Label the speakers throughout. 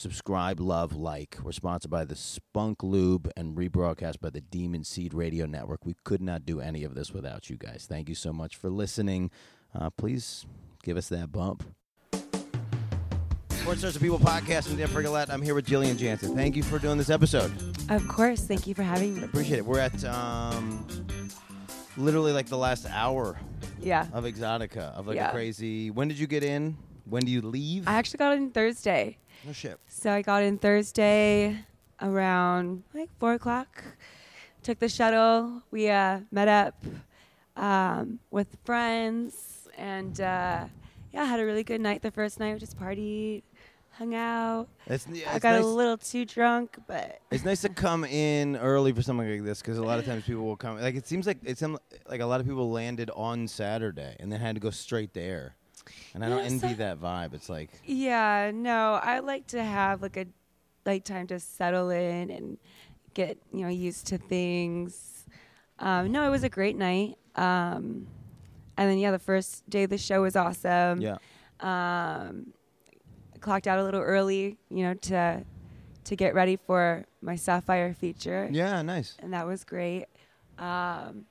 Speaker 1: Subscribe, love, like. We're sponsored by the Spunk Lube and rebroadcast by the Demon Seed Radio Network. We could not do any of this without you guys. Thank you so much for listening. Uh, please give us that bump. Sports Stars of People podcast. I'm Dan Frigolette. I'm here with Jillian Jansen. Thank you for doing this episode.
Speaker 2: Of course. Thank you for having
Speaker 1: I
Speaker 2: me.
Speaker 1: appreciate it. We're at um, literally like the last hour
Speaker 2: Yeah.
Speaker 1: of Exotica of like
Speaker 2: Yeah.
Speaker 1: a crazy. When did you get in? When do you leave?
Speaker 2: I actually got in Thursday.
Speaker 1: no shit.
Speaker 2: So I got in Thursday around like four o'clock. Took the shuttle. We uh, met up um, with friends and uh, yeah, had a really good night the first night. We just partied, hung out.
Speaker 1: It's, yeah,
Speaker 2: I
Speaker 1: it's
Speaker 2: got
Speaker 1: nice,
Speaker 2: a little too drunk, but
Speaker 1: it's nice to come in early for something like this because a lot of times people will come. Like it seems like it's some- like a lot of people landed on Saturday and then had to go straight there. And I
Speaker 2: Yeah,
Speaker 1: don't envy
Speaker 2: so-
Speaker 1: that vibe. It's like
Speaker 2: Yeah, no, I like to have like a like time to settle in and get you know used to things. Um, no, it was a great night. Um, and then yeah, the first day of the show was awesome.
Speaker 1: yeah,
Speaker 2: Um, clocked out a little early, you know, to to get ready for my Sapphire feature
Speaker 1: yeah, nice.
Speaker 2: and that was great. Um,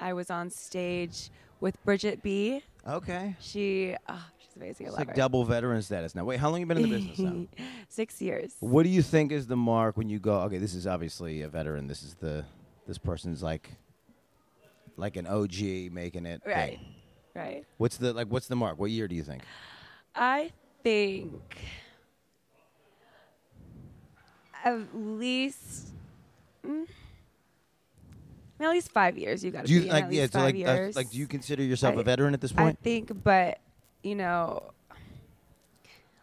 Speaker 2: I was on stage with Bridget B.
Speaker 1: Okay.
Speaker 2: She, oh, she's amazing. I
Speaker 1: It's
Speaker 2: love
Speaker 1: like
Speaker 2: her.
Speaker 1: double veteran status now. Wait, how long you been in the business now?
Speaker 2: Six years.
Speaker 1: What do you think is the mark when you go? Okay, this is obviously a veteran. This is the this person's like like an OG making it. thing.
Speaker 2: Right. Right.
Speaker 1: What's the like? What's the mark? What year do you think?
Speaker 2: I think at least mm, I mean, at least five years you gotta
Speaker 1: Do you
Speaker 2: be in
Speaker 1: like
Speaker 2: at least
Speaker 1: yeah?
Speaker 2: five
Speaker 1: So like uh,
Speaker 2: years.
Speaker 1: like do you consider yourself a
Speaker 2: I-
Speaker 1: veteran at this
Speaker 2: I
Speaker 1: point?
Speaker 2: think but you know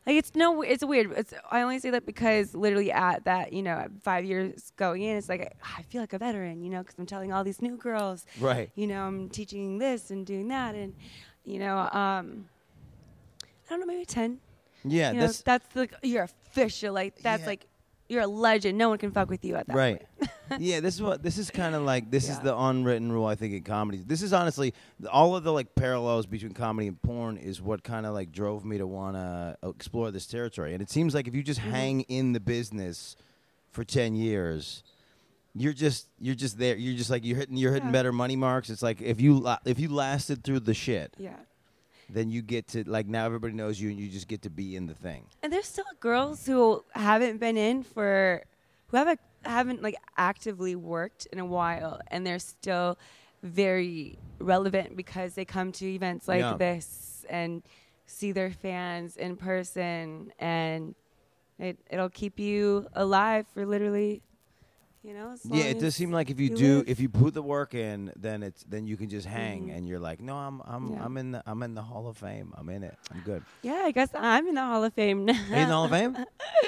Speaker 2: like it's no it's weird it's, i only say that because literally at that you know at five years going in it's like i, I feel like a veteran you know because i'm telling all these new girls
Speaker 1: right.
Speaker 2: you know, I'm teaching this and doing that, and you know, um, I don't know, maybe ten.
Speaker 1: Yeah.
Speaker 2: you know,
Speaker 1: that's
Speaker 2: that's like you're official. Like that's
Speaker 1: Yeah.
Speaker 2: like you're a legend. No one can fuck with you at that.
Speaker 1: right.
Speaker 2: point.
Speaker 1: yeah. This is what this is kind of like. This is
Speaker 2: Yeah.
Speaker 1: the unwritten rule I think in comedy. This is honestly all of the like parallels between comedy and porn is what kind of like drove me to wanna uh, explore this territory. And it seems like if you just
Speaker 2: Mm-hmm.
Speaker 1: hang in the business for ten years. You're just you're just there. You're just like you're hitting you're hitting
Speaker 2: Yeah.
Speaker 1: better money marks. It's like if you la- if you lasted through the shit,
Speaker 2: Yeah.
Speaker 1: then you get to like now everybody knows you and you just get to be in the thing.
Speaker 2: And there's still girls who haven't been in for who haven't haven't like actively worked in a while, and they're still very relevant because they come to events like
Speaker 1: Yeah.
Speaker 2: this and see their fans in person, and it it'll keep you alive for literally, you know. As long
Speaker 1: Yeah, it
Speaker 2: as-
Speaker 1: does seem like if you
Speaker 2: you
Speaker 1: do,
Speaker 2: live.
Speaker 1: if you put the work in, then it's then you can just hang,
Speaker 2: Mhm.
Speaker 1: and you're like, no, I'm I'm
Speaker 2: Yeah.
Speaker 1: I'm in the I'm in the Hall of Fame. I'm in it. I'm good.
Speaker 2: Yeah, I guess I'm in the Hall of Fame now.
Speaker 1: Are you in the Hall of Fame?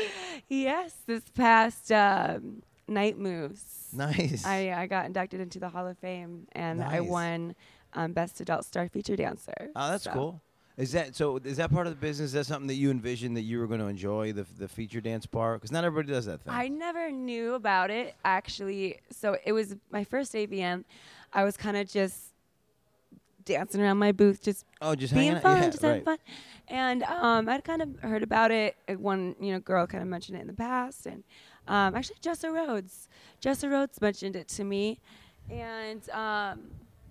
Speaker 2: yes, this past um, night moves.
Speaker 1: Nice.
Speaker 2: I, I got inducted into the Hall of Fame and I
Speaker 1: Nice.
Speaker 2: won um, Best Adult Star Feature Dancer.
Speaker 1: oh, that's
Speaker 2: So,
Speaker 1: cool. Is that so? Is that part of the business? Is that something that you envisioned that you were going to enjoy the the feature dance part? Because not everybody does that thing.
Speaker 2: I never knew about it actually. So it was my first AVN. I was kind of just dancing around my booth, just
Speaker 1: oh, just hanging
Speaker 2: being
Speaker 1: out.
Speaker 2: fun,
Speaker 1: yeah,
Speaker 2: just
Speaker 1: right.
Speaker 2: having fun. And um, I'd kind of heard about it. Uh, One you know girl kind of mentioned it in the past, and um, actually Jessa Rhodes, Jessa Rhodes mentioned it to me, and um,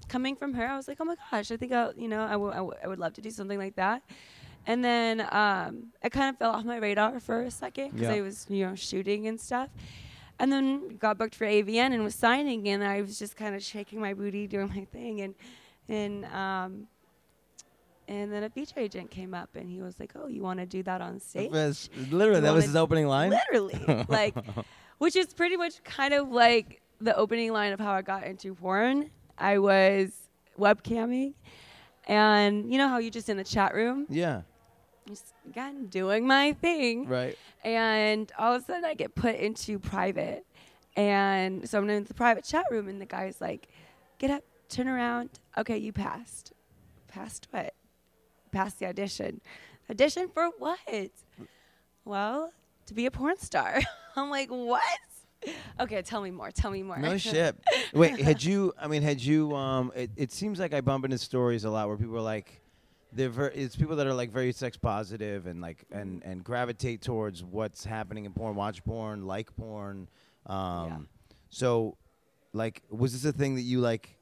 Speaker 2: coming from her, I was like, oh my gosh, I think I you know I, w- I, w- I would love to do something like that. And then um, it kind of fell off my radar for a second because
Speaker 1: Yeah.
Speaker 2: I was you know shooting and stuff. And then got booked for AVN and was signing, and I was just kind of shaking my booty, doing my thing, and and um, and then a feature agent came up and he was like, "Oh, you want to do that on stage?"
Speaker 1: That's- literally,
Speaker 2: You
Speaker 1: that was
Speaker 2: wanna-
Speaker 1: his opening line.
Speaker 2: Literally, like, which is pretty much kind of like the opening line of how I got into porn. I was webcamming, and you know how you just in the chat room,
Speaker 1: Yeah.
Speaker 2: just again doing my thing,
Speaker 1: Right.
Speaker 2: and all of a sudden I get put into private. And so I'm in the private chat room and the guy's like, get up, turn around. Okay, you passed. Passed what? Passed the audition. Audition for what? Well, to be a porn star. I'm like, what? Okay, tell me more. Tell me more.
Speaker 1: No shit. Wait, had you? I mean, had you? Um, it, it seems like I bump into stories a lot where people are like, they're very, it's people that are like very sex positive and like and
Speaker 2: Mm-hmm.
Speaker 1: and gravitate towards what's happening in porn, watch porn, like porn. Um, So, like, was this a thing that you like?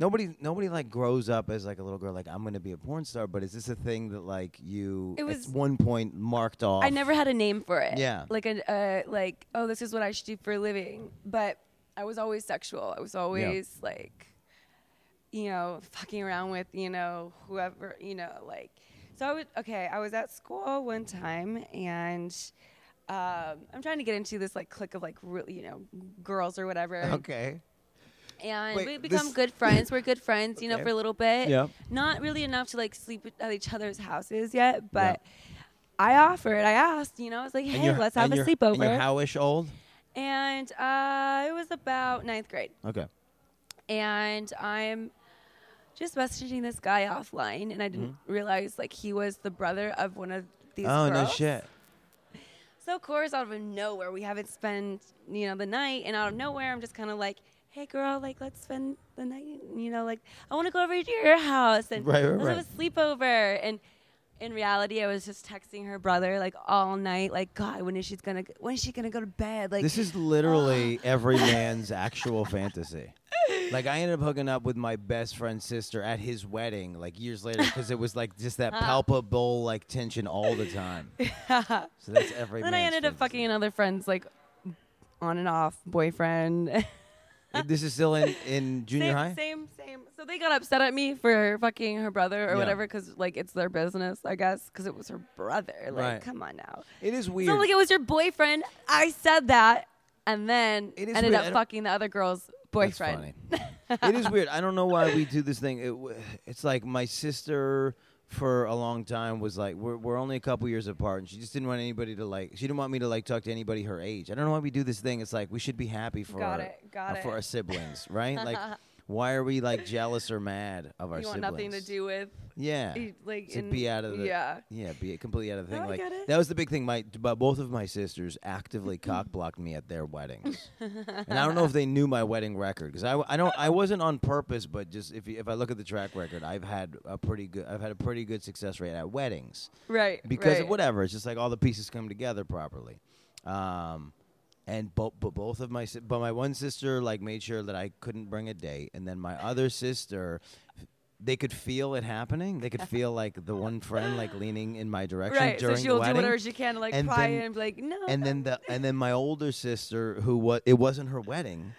Speaker 1: Nobody, nobody like grows up as like a little girl. Like, I'm gonna be a porn star. But is this a thing that like you
Speaker 2: It was-
Speaker 1: at one point marked off?
Speaker 2: I never had a name for it.
Speaker 1: Yeah.
Speaker 2: Like a uh, like oh this is what I should do for a living, but I was always sexual. I was always like you know fucking around with you know whoever you know like so I would okay I was at school one time and. Um, I'm trying to get into this like clique of like real, you know girls or whatever,
Speaker 1: Okay.
Speaker 2: and
Speaker 1: Wait,
Speaker 2: we become
Speaker 1: this-
Speaker 2: good friends. We're good friends, you know,
Speaker 1: Okay.
Speaker 2: for a little bit.
Speaker 1: Yeah.
Speaker 2: Not really enough to like sleep at each other's houses yet, but I offered. I asked, you know, I was like,
Speaker 1: And
Speaker 2: hey,
Speaker 1: you're-
Speaker 2: let's have
Speaker 1: and
Speaker 2: a
Speaker 1: you're- And
Speaker 2: sleepover.
Speaker 1: you're howish old?
Speaker 2: and uh, it was about ninth grade,
Speaker 1: Okay.
Speaker 2: and I'm just messaging this guy offline, and I didn't realize like he was the brother of one of these.
Speaker 1: Mm-hmm. oh no
Speaker 2: girls.
Speaker 1: shit.
Speaker 2: So of course, out of nowhere, we haven't spent you know the night, and out of nowhere, I'm just kind of like, "Hey, girl, like let's spend the night." You know, like I want to go over to your house and
Speaker 1: Right, right,
Speaker 2: let's
Speaker 1: right.
Speaker 2: have a sleepover. And in reality, I was just texting her brother like all night, like, "God, when is she's gonna? When is she gonna go to bed?" Like,
Speaker 1: This is literally every man's actual fantasy. Like I ended up hooking up with my best friend's sister at his wedding, like years later, because it was like just that palpable like tension all the time. So that's every.
Speaker 2: then I
Speaker 1: man's
Speaker 2: ended
Speaker 1: fantasy.
Speaker 2: up fucking another friend's like on and off boyfriend.
Speaker 1: This is still in in junior
Speaker 2: same,
Speaker 1: high.
Speaker 2: Same, same. So they got upset at me for fucking her brother or
Speaker 1: Yeah.
Speaker 2: whatever, 'cause whatever, because like it's their business, I guess, because it was her brother. Like,
Speaker 1: Right.
Speaker 2: come on now.
Speaker 1: It is
Speaker 2: It's
Speaker 1: weird.
Speaker 2: not like it was your boyfriend. I said that, and then
Speaker 1: It is
Speaker 2: ended
Speaker 1: weird. I
Speaker 2: up
Speaker 1: don't-
Speaker 2: fucking the other girl's boyfriend.
Speaker 1: That's funny. it is weird. I don't know why we do this thing. It, w- it's like my sister for a long time was like we're, we're only a couple years apart and she just didn't want anybody to like she didn't want me to like talk to anybody her age i don't know why we do this thing it's like we should be happy for
Speaker 2: Got
Speaker 1: our,
Speaker 2: it, got
Speaker 1: uh, for
Speaker 2: it.
Speaker 1: our siblings right like why are we like jealous or mad of our
Speaker 2: You want
Speaker 1: siblings
Speaker 2: nothing to do with
Speaker 1: yeah
Speaker 2: eh, like
Speaker 1: to
Speaker 2: in-
Speaker 1: be out of the
Speaker 2: yeah.
Speaker 1: yeah be completely out of the
Speaker 2: No,
Speaker 1: thing
Speaker 2: I
Speaker 1: like
Speaker 2: get it.
Speaker 1: that was the big thing my but both of my sisters actively cock blocked me at their weddings and I don't know if they knew my wedding record because I, I don't I wasn't on purpose but just if you, if I look at the track record I've had a pretty good I've had a pretty good success rate at weddings
Speaker 2: Right.
Speaker 1: because
Speaker 2: right.
Speaker 1: of whatever it's just like all the pieces come together properly um and both but both of my si- but my one sister like made sure that I couldn't bring a date and then my other sister they could feel it happening they could feel like the one friend like leaning in my direction
Speaker 2: Right. So
Speaker 1: during
Speaker 2: she'll
Speaker 1: the wedding
Speaker 2: do whatever she can to like
Speaker 1: and
Speaker 2: pry
Speaker 1: then-
Speaker 2: and be like, no.
Speaker 1: and then the and then my older sister who was it wasn't her wedding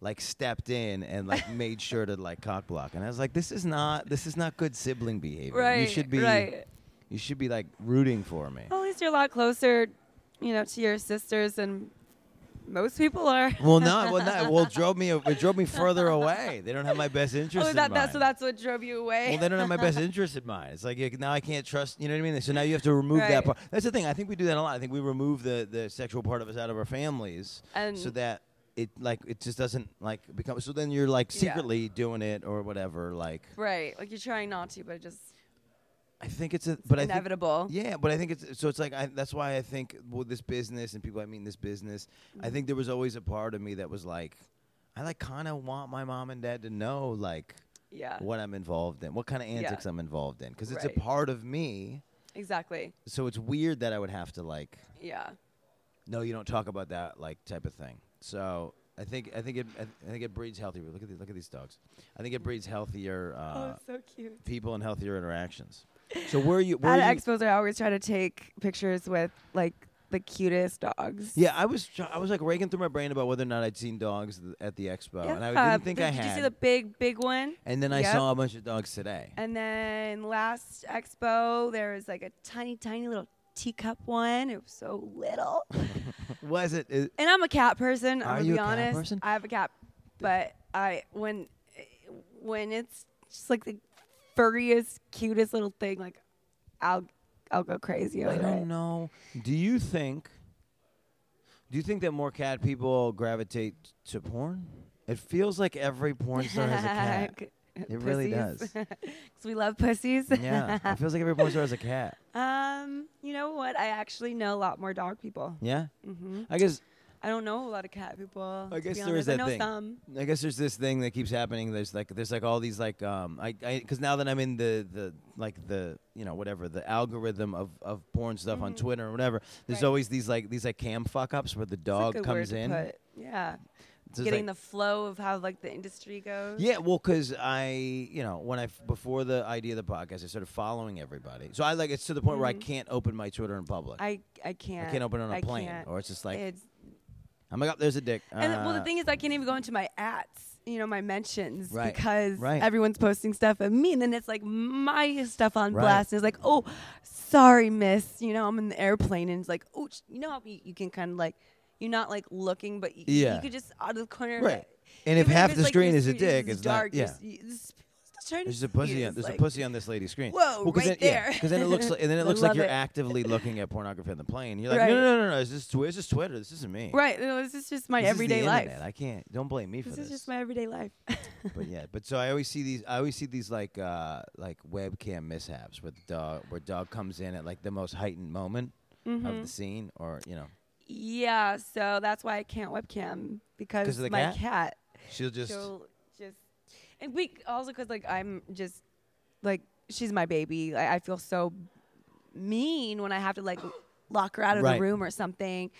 Speaker 1: like stepped in and like made sure to like cock block and i was like this is not this is not good sibling behavior you
Speaker 2: Right,
Speaker 1: should be
Speaker 2: right.
Speaker 1: you should be like rooting for me
Speaker 2: Well, at least you're a lot closer, you know, to your sisters than most people are.
Speaker 1: well no well no well it drove me it drove me further away they don't have my best interest
Speaker 2: Oh,
Speaker 1: in
Speaker 2: that,
Speaker 1: mind.
Speaker 2: that, so that's what drove you away.
Speaker 1: well, they don't have my best interest in mind. It's like yeah, now I can't trust. You know what I mean? So now you have to remove that
Speaker 2: Right.
Speaker 1: part. That's the thing. I think we do that a lot. I think we remove the, the sexual part of us out of our families,
Speaker 2: And-
Speaker 1: so that it like it just doesn't like become. So then you're like
Speaker 2: Yeah.
Speaker 1: secretly doing it or whatever. Like
Speaker 2: right. Like you're trying not to, but it just
Speaker 1: I think it's a but I think
Speaker 2: inevitable.
Speaker 1: yeah, but I think it's so. It's like I, that's why I think with this business and people I meet in this business,
Speaker 2: Mm.
Speaker 1: I think there was always a part of me that was like, I like kind of want my mom and dad to know like
Speaker 2: yeah.
Speaker 1: what I'm involved in, what kind of antics I'm involved in, because it's
Speaker 2: Uh. Right.
Speaker 1: a part of me.
Speaker 2: Exactly.
Speaker 1: So it's weird that I would have to like,
Speaker 2: Yeah.
Speaker 1: no, you don't talk about that like type of thing. So I think I think it I think it breeds healthier. Look at these, look at these dogs. I think it breeds healthier uh,
Speaker 2: oh, so cute.
Speaker 1: people and healthier interactions. So where are you? Where
Speaker 2: At
Speaker 1: are you
Speaker 2: expos, I always try to take pictures with like the cutest dogs.
Speaker 1: yeah, I was tr- I was like raking through my brain about whether or not I'd seen dogs th- at the expo, and I
Speaker 2: Yeah,
Speaker 1: didn't think
Speaker 2: but
Speaker 1: I
Speaker 2: Did
Speaker 1: had.
Speaker 2: you see the big, big one?
Speaker 1: and then I
Speaker 2: Yep.
Speaker 1: saw a bunch of dogs today.
Speaker 2: And then last expo, there was like a tiny, tiny little teacup one. It was so little.
Speaker 1: Was it? is-
Speaker 2: and I'm a cat person. I'm
Speaker 1: Are
Speaker 2: gonna
Speaker 1: you
Speaker 2: be
Speaker 1: a cat
Speaker 2: honest.
Speaker 1: person?
Speaker 2: I have a cat, but I when when it's just like the furriest, cutest little thing, like I'll I'll go crazy over
Speaker 1: I don't
Speaker 2: it.
Speaker 1: know. Do you think? Do you think that more cat people gravitate to porn? It feels like every porn star has a cat. It really does.
Speaker 2: Because we love pussies.
Speaker 1: Yeah, it feels like every porn star has a cat.
Speaker 2: um, you know what? I actually know a lot more dog people.
Speaker 1: Yeah,
Speaker 2: hmm
Speaker 1: I guess
Speaker 2: I don't know a lot of cat people.
Speaker 1: I
Speaker 2: to
Speaker 1: guess
Speaker 2: be
Speaker 1: there is
Speaker 2: honest. I
Speaker 1: that
Speaker 2: know
Speaker 1: thing.
Speaker 2: some.
Speaker 1: I guess there's this thing that keeps happening. There's like there's like all these like um I because now that I'm in the the like the you know whatever the algorithm of of porn stuff on Twitter or whatever, there's
Speaker 2: Mm-hmm. Right.
Speaker 1: always these like these like cam fuck ups where the dog
Speaker 2: it's a good
Speaker 1: comes
Speaker 2: word
Speaker 1: in.
Speaker 2: To put. Yeah.
Speaker 1: It's just
Speaker 2: Getting
Speaker 1: like-
Speaker 2: the flow of how like the industry goes.
Speaker 1: yeah, well, because I, you know, when I before the idea of the podcast, I started following everybody. So I like it's to the point where I can't open my Twitter in public.
Speaker 2: Mm-hmm. I I can't.
Speaker 1: I can't open it on a
Speaker 2: I
Speaker 1: plane,
Speaker 2: can't.
Speaker 1: or it's just like
Speaker 2: It's
Speaker 1: I'm like, oh, there's a dick.
Speaker 2: and well, the
Speaker 1: Uh,
Speaker 2: thing is, I can't even go into my ads, you know, my mentions,
Speaker 1: Right,
Speaker 2: because
Speaker 1: right.
Speaker 2: everyone's posting stuff at me, and then it's like my stuff on
Speaker 1: Right.
Speaker 2: blast, and it's like, oh, sorry, miss, you know, I'm in the airplane, and it's like, oh, sh- you know how you, you can kind of like, you're not like looking, but you,
Speaker 1: Yeah.
Speaker 2: you could just out of the corner,
Speaker 1: Right.
Speaker 2: Like,
Speaker 1: And if
Speaker 2: even
Speaker 1: half
Speaker 2: it's,
Speaker 1: the
Speaker 2: like,
Speaker 1: screen
Speaker 2: your
Speaker 1: is a
Speaker 2: screen
Speaker 1: dick, it's not-
Speaker 2: dark, your
Speaker 1: yeah.
Speaker 2: s- you- this person's trying to
Speaker 1: There's a
Speaker 2: see
Speaker 1: pussy.
Speaker 2: you,
Speaker 1: On,
Speaker 2: it's
Speaker 1: there's
Speaker 2: like-
Speaker 1: a pussy on this lady's screen.
Speaker 2: Whoa,
Speaker 1: cause
Speaker 2: right
Speaker 1: then, yeah,
Speaker 2: there.
Speaker 1: 'cause then it looks like, and then it
Speaker 2: I
Speaker 1: looks like
Speaker 2: love
Speaker 1: you're
Speaker 2: it.
Speaker 1: actively looking at pornography on the plane. You're like,
Speaker 2: Right.
Speaker 1: no, no, no, no, no. It's just, tw- it's just Twitter. This isn't me.
Speaker 2: Right, no, this is just my
Speaker 1: This is
Speaker 2: everyday
Speaker 1: the
Speaker 2: life.
Speaker 1: internet. I can't. Don't blame me for
Speaker 2: This
Speaker 1: this.
Speaker 2: is just my everyday life.
Speaker 1: but yeah, but so I always see these. I always see these like uh like webcam mishaps where the dog where dog comes in at like the most heightened moment
Speaker 2: Mm-hmm.
Speaker 1: of the scene, or you know,
Speaker 2: Yeah, so that's why I can't webcam
Speaker 1: 'Cause
Speaker 2: because
Speaker 1: of the
Speaker 2: my
Speaker 1: cat?
Speaker 2: cat.
Speaker 1: she'll just
Speaker 2: she'll just and we also because like I'm just like she's my baby. I, I feel so mean when I have to like lock her out of
Speaker 1: Right.
Speaker 2: the room or something.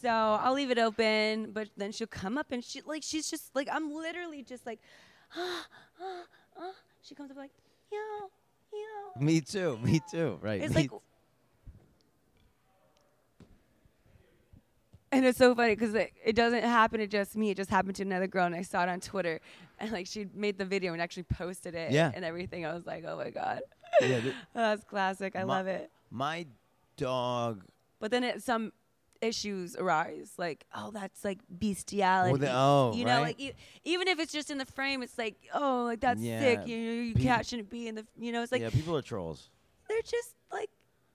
Speaker 2: So I'll leave it open, but then she'll come up and she like she's just like I'm literally just like ah ah ah. She comes up like meow meow.
Speaker 1: me too, me too, right?
Speaker 2: It's
Speaker 1: me
Speaker 2: like. And it's so funny because it, it doesn't happen to just me. It just happened to another girl, and I saw it on Twitter, and like she made the video and actually posted it,
Speaker 1: Yeah.
Speaker 2: and everything. I was like, oh my god, Oh,
Speaker 1: yeah, th-
Speaker 2: that's classic. I
Speaker 1: my-
Speaker 2: love it.
Speaker 1: My dog
Speaker 2: But then it, some issues arise, like oh, that's like bestiality.
Speaker 1: the- oh,
Speaker 2: you know,
Speaker 1: right.
Speaker 2: like e- even if it's just in the frame, it's like oh, like that's
Speaker 1: Yeah,
Speaker 2: sick. You know, you
Speaker 1: peop-
Speaker 2: cat shouldn't be in the. You know, it's like
Speaker 1: yeah, people are trolls.
Speaker 2: they're just like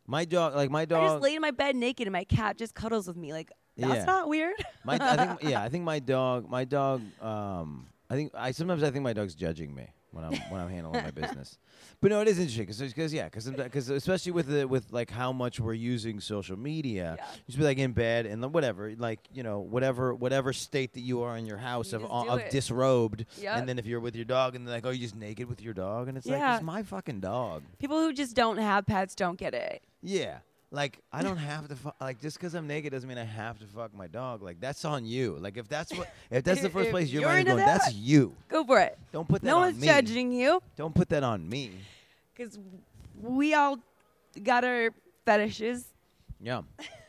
Speaker 1: My dog, like my dog,
Speaker 2: I just laid in my bed naked and my cat just cuddles with me. Like that's
Speaker 1: Yeah.
Speaker 2: not weird.
Speaker 1: My, I think, yeah, I think my dog, my dog, um, I think I sometimes I think my dog's judging me when I'm when I'm handling my business. But no, it is interesting because because yeah, because because especially with the with like how much we're using social media,
Speaker 2: Yeah.
Speaker 1: you just be like in bed and then whatever, like you know whatever whatever state that you are in your house
Speaker 2: You
Speaker 1: of
Speaker 2: just
Speaker 1: of
Speaker 2: do it.
Speaker 1: disrobed,
Speaker 2: Yep.
Speaker 1: and then if you're with your dog and they're like, oh, you're just naked with your dog, and it's like
Speaker 2: Yeah.
Speaker 1: it's my fucking dog.
Speaker 2: People who just don't have pets don't get it.
Speaker 1: Yeah. Like I don't have to fu- like just because I'm naked doesn't mean I have to fuck my dog. Like that's on you. Like if that's what if that's the
Speaker 2: If-
Speaker 1: first
Speaker 2: if
Speaker 1: place your
Speaker 2: you're
Speaker 1: mind is
Speaker 2: into
Speaker 1: going,
Speaker 2: that-
Speaker 1: that's you.
Speaker 2: Go for it.
Speaker 1: Don't put that
Speaker 2: No
Speaker 1: on
Speaker 2: one's
Speaker 1: me.
Speaker 2: judging you
Speaker 1: Don't put that on me.
Speaker 2: because we all got our fetishes.
Speaker 1: Yeah.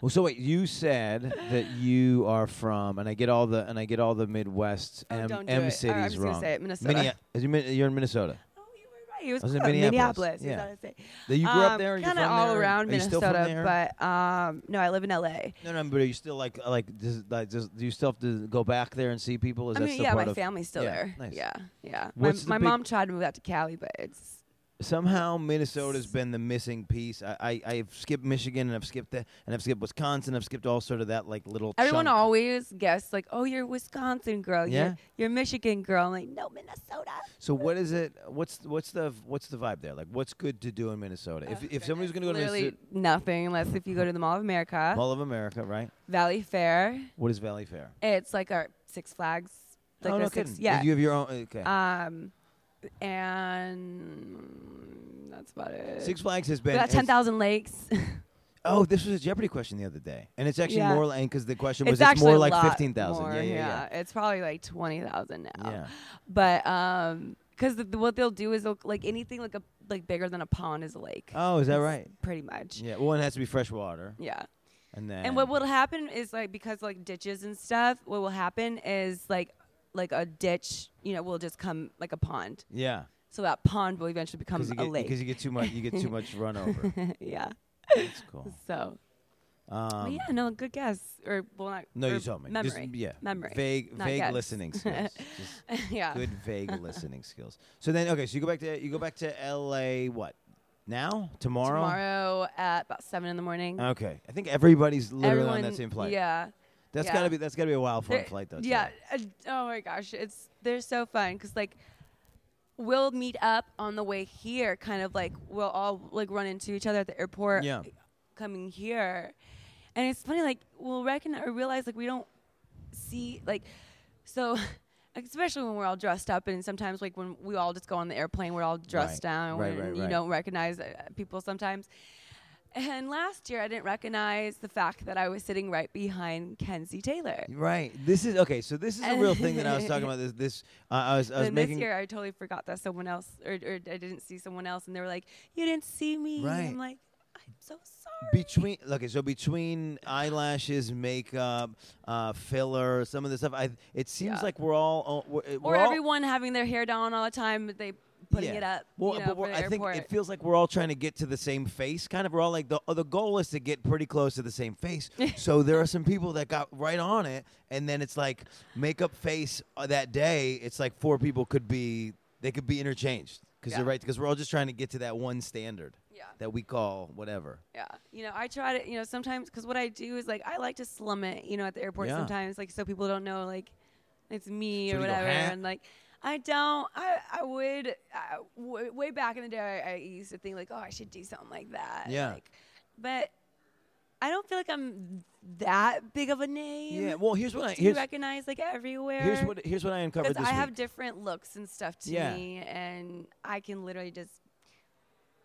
Speaker 1: well, so wait, you said that you are from, and I get all the and I get all the Midwest
Speaker 2: Oh,
Speaker 1: M,
Speaker 2: don't do
Speaker 1: M
Speaker 2: it. Or I'm
Speaker 1: cities
Speaker 2: just gonna
Speaker 1: wrong.
Speaker 2: say it, Minnesota.
Speaker 1: Minne- is you Min- you're in Minnesota.
Speaker 2: Oh, you were right. It was,
Speaker 1: I was in
Speaker 2: close.
Speaker 1: Minneapolis.
Speaker 2: Minneapolis. is
Speaker 1: Yeah.
Speaker 2: what I say.
Speaker 1: That you grew up
Speaker 2: Um,
Speaker 1: there. and you're
Speaker 2: kinda
Speaker 1: from
Speaker 2: all
Speaker 1: there, or-
Speaker 2: around
Speaker 1: are you still from there?
Speaker 2: Minnesota, but um, no, I live in LA.
Speaker 1: no, no, but are you still like like does, like does, do you still have to go back there and see people? Is
Speaker 2: I
Speaker 1: that
Speaker 2: mean,
Speaker 1: still
Speaker 2: yeah,
Speaker 1: part
Speaker 2: my
Speaker 1: of-
Speaker 2: family's still
Speaker 1: Yeah,
Speaker 2: there.
Speaker 1: nice.
Speaker 2: Yeah, yeah.
Speaker 1: What's the
Speaker 2: my my
Speaker 1: big-
Speaker 2: mom tried to move out to Cali, but it's
Speaker 1: somehow Minnesota's been the missing piece. I, I I've skipped Michigan and I've skipped that and I've skipped Wisconsin. I've skipped all sort of that like little.
Speaker 2: Everyone
Speaker 1: chunk.
Speaker 2: always guessed like, "Oh, you're a Wisconsin girl.
Speaker 1: Yeah.
Speaker 2: You're, you're a Michigan girl." I'm like, "No, Minnesota."
Speaker 1: So what is it? What's what's the what's the vibe there? Like what's good to do in Minnesota? if if somebody's gonna go to
Speaker 2: Literally
Speaker 1: Minnesota,
Speaker 2: nothing unless if you go to the Mall of America,
Speaker 1: Mall of America, right?
Speaker 2: Valley Fair.
Speaker 1: What is Valley Fair?
Speaker 2: It's like our Six Flags. Like
Speaker 1: oh
Speaker 2: the
Speaker 1: no,
Speaker 2: six,
Speaker 1: kidding.
Speaker 2: yeah.
Speaker 1: You have your own. Okay.
Speaker 2: um, and that's about it.
Speaker 1: Six Flags has
Speaker 2: we
Speaker 1: been.
Speaker 2: got
Speaker 1: has-
Speaker 2: ten thousand lakes.
Speaker 1: Oh, this was a Jeopardy question the other day, and it's actually
Speaker 2: Yeah.
Speaker 1: more like because the question was
Speaker 2: it's
Speaker 1: it's,
Speaker 2: actually
Speaker 1: more
Speaker 2: a
Speaker 1: like
Speaker 2: lot
Speaker 1: fifteen thousand.
Speaker 2: more,
Speaker 1: Yeah, yeah,
Speaker 2: It's probably like twenty thousand now.
Speaker 1: yeah. Yeah.
Speaker 2: But um, because the, what they'll do is they'll, like anything like a like bigger than a pond is a lake.
Speaker 1: Oh, is that
Speaker 2: It's
Speaker 1: right?
Speaker 2: Pretty much.
Speaker 1: Yeah. Well, it has to be fresh water,
Speaker 2: Yeah.
Speaker 1: and then
Speaker 2: And what will happen is like because like ditches and stuff, what will happen is like like a ditch, you know, will just come like a pond.
Speaker 1: yeah.
Speaker 2: So that pond will eventually become
Speaker 1: Because you
Speaker 2: a
Speaker 1: get,
Speaker 2: lake.
Speaker 1: Because you get too much, you get too much run over.
Speaker 2: yeah.
Speaker 1: That's cool.
Speaker 2: So but
Speaker 1: Um,
Speaker 2: yeah, no, good guess. Or well not
Speaker 1: No,
Speaker 2: or
Speaker 1: you told me.
Speaker 2: Memory.
Speaker 1: Just, yeah,
Speaker 2: Memory.
Speaker 1: Vague,
Speaker 2: not
Speaker 1: vague
Speaker 2: guess.
Speaker 1: listening skills. Just
Speaker 2: yeah.
Speaker 1: good vague listening skills. So then, okay, so you go back to you go back to L.A. What now? Tomorrow.
Speaker 2: Tomorrow at about seven in the morning.
Speaker 1: Okay, I think everybody's literally
Speaker 2: Everyone,
Speaker 1: on that same flight.
Speaker 2: Yeah.
Speaker 1: that's
Speaker 2: yeah.
Speaker 1: gotta be that's gotta be a wild fun
Speaker 2: They're-
Speaker 1: flight though. too.
Speaker 2: Yeah. uh, oh my gosh, it's they're so fun because like we'll meet up on the way here, kind of like we'll all like run into each other at the airport.
Speaker 1: Yeah.
Speaker 2: Coming here, And it's funny, like we'll recognize or realize like we don't see like so especially when we're all dressed up and sometimes like when we all just go on the airplane we're all dressed
Speaker 1: Right.
Speaker 2: down
Speaker 1: Right,
Speaker 2: and
Speaker 1: right,
Speaker 2: you
Speaker 1: right.
Speaker 2: don't recognize uh, people sometimes and last year i didn't recognize the fact that i was sitting right behind kenzie taylor
Speaker 1: Right. This is okay. So this is a real thing that I was talking about. This this uh, I was I was
Speaker 2: and
Speaker 1: making
Speaker 2: this year, I totally forgot that someone else, or, or I didn't see someone else, and they were like, "You didn't see me."
Speaker 1: Right.
Speaker 2: And I'm like, "I'm so sorry."
Speaker 1: between okay. So between eyelashes, makeup, uh, filler, some of the stuff. I it seems
Speaker 2: Yeah.
Speaker 1: like we're all uh, we're, uh,
Speaker 2: or
Speaker 1: we're all-
Speaker 2: everyone having their hair down all the time, but they putting
Speaker 1: yeah.
Speaker 2: it up.
Speaker 1: Well,
Speaker 2: you know,
Speaker 1: but
Speaker 2: for
Speaker 1: we're-
Speaker 2: the
Speaker 1: I think
Speaker 2: airport.
Speaker 1: it feels like we're all trying to get to the same face. Kind of, we're all like the the goal is to get pretty close to the same face. so there are some people that got right on it, and then it's like makeup face uh, that day. It's like four people could be they could be interchanged because
Speaker 2: Yeah.
Speaker 1: they're right because we're all just trying to get to that one standard
Speaker 2: Yeah.
Speaker 1: that we call whatever.
Speaker 2: Yeah. You know, I try to, you know, sometimes because what I do is like I like to slum it, you know, at the airport
Speaker 1: Yeah.
Speaker 2: sometimes, like so people don't know like it's me
Speaker 1: So
Speaker 2: or
Speaker 1: do you go,
Speaker 2: whatever.
Speaker 1: "Huh?"
Speaker 2: And like I don't, I, I would, I, w- way back in the day, I, I used to think like, oh, I should do something like that.
Speaker 1: Yeah.
Speaker 2: Like, but I don't feel like I'm that big of a name.
Speaker 1: Yeah. Well, here's what I
Speaker 2: to be
Speaker 1: here's,
Speaker 2: recognized like everywhere.
Speaker 1: here's what here's what I uncovered
Speaker 2: Because
Speaker 1: this
Speaker 2: I have
Speaker 1: week.
Speaker 2: different looks and stuff to
Speaker 1: Yeah.
Speaker 2: me, and I can literally just,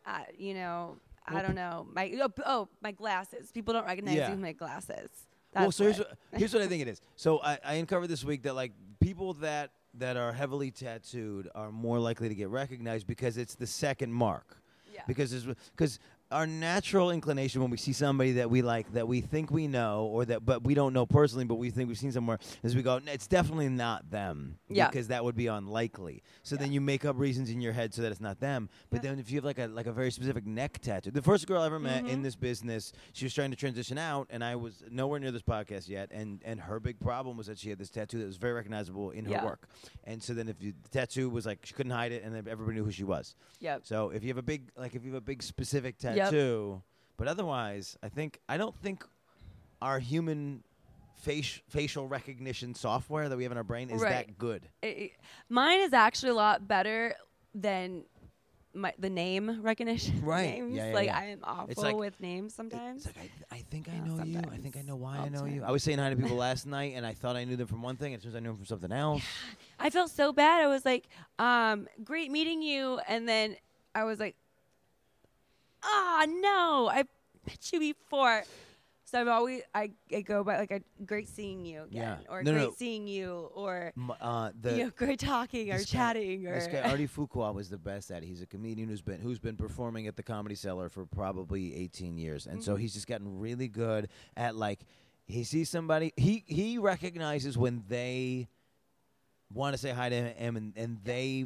Speaker 2: uh, you know, I
Speaker 1: Well,
Speaker 2: don't know. My oh, p- oh, my glasses. People don't recognize
Speaker 1: Yeah.
Speaker 2: me with my glasses.
Speaker 1: well,
Speaker 2: That's
Speaker 1: so here's
Speaker 2: what-
Speaker 1: what, here's what I think it is. So I, I uncovered this week that like people that that are heavily tattooed are more likely to get recognized because it's the second mark.
Speaker 2: Yeah.
Speaker 1: Because because our natural inclination when we see somebody that we like that we think we know or that but we don't know personally but we think we've seen somewhere is we go "N- it's definitely not them
Speaker 2: Yeah.
Speaker 1: because that would be unlikely so then you make up reasons in your head so that it's not them but
Speaker 2: Yeah.
Speaker 1: then if you have like a like a very specific neck tattoo the first girl I ever met
Speaker 2: Mm-hmm.
Speaker 1: in this business she was trying to transition out and I was nowhere near this podcast yet and and her big problem was that she had this tattoo that was very recognizable in her
Speaker 2: Yeah.
Speaker 1: work and so then if you the tattoo was like she couldn't hide it and then everybody knew who she was
Speaker 2: Yep.
Speaker 1: so if you have a big, like if you have a big specific
Speaker 2: Yep.
Speaker 1: tattoo, but otherwise, I think I don't think our human face, facial recognition software that we have in our brain is that
Speaker 2: Right.
Speaker 1: good.
Speaker 2: It- it- mine is actually a lot better than my the name recognition.
Speaker 1: Right.
Speaker 2: Names.
Speaker 1: Yeah, yeah,
Speaker 2: like
Speaker 1: yeah.
Speaker 2: I am awful
Speaker 1: like-
Speaker 2: with names
Speaker 1: It-
Speaker 2: sometimes.
Speaker 1: It's like I, I think I
Speaker 2: Yeah,
Speaker 1: know you. I think I
Speaker 2: sometimes.
Speaker 1: know why
Speaker 2: All
Speaker 1: I
Speaker 2: the
Speaker 1: know you.
Speaker 2: time.
Speaker 1: I was saying hi to people last night, and I thought I knew them from one thing, and as soon as I knew them from something else,
Speaker 2: I felt so bad. I was like, um, great meeting you. And then I was like, ah, no, I met you before. So I've always, I, I go by like, a great seeing you again,
Speaker 1: Yeah.
Speaker 2: or
Speaker 1: No, no,
Speaker 2: great
Speaker 1: no.
Speaker 2: seeing you, or,
Speaker 1: m- uh, the
Speaker 2: you know, great talking, or
Speaker 1: this guy-
Speaker 2: chatting, or.
Speaker 1: this guy Artie Fuqua was the best at it. He's a comedian who's been who's been performing at the Comedy Cellar for probably 18 years, and so he's just gotten really good at like he sees somebody he he recognizes when they want to say hi to him and and they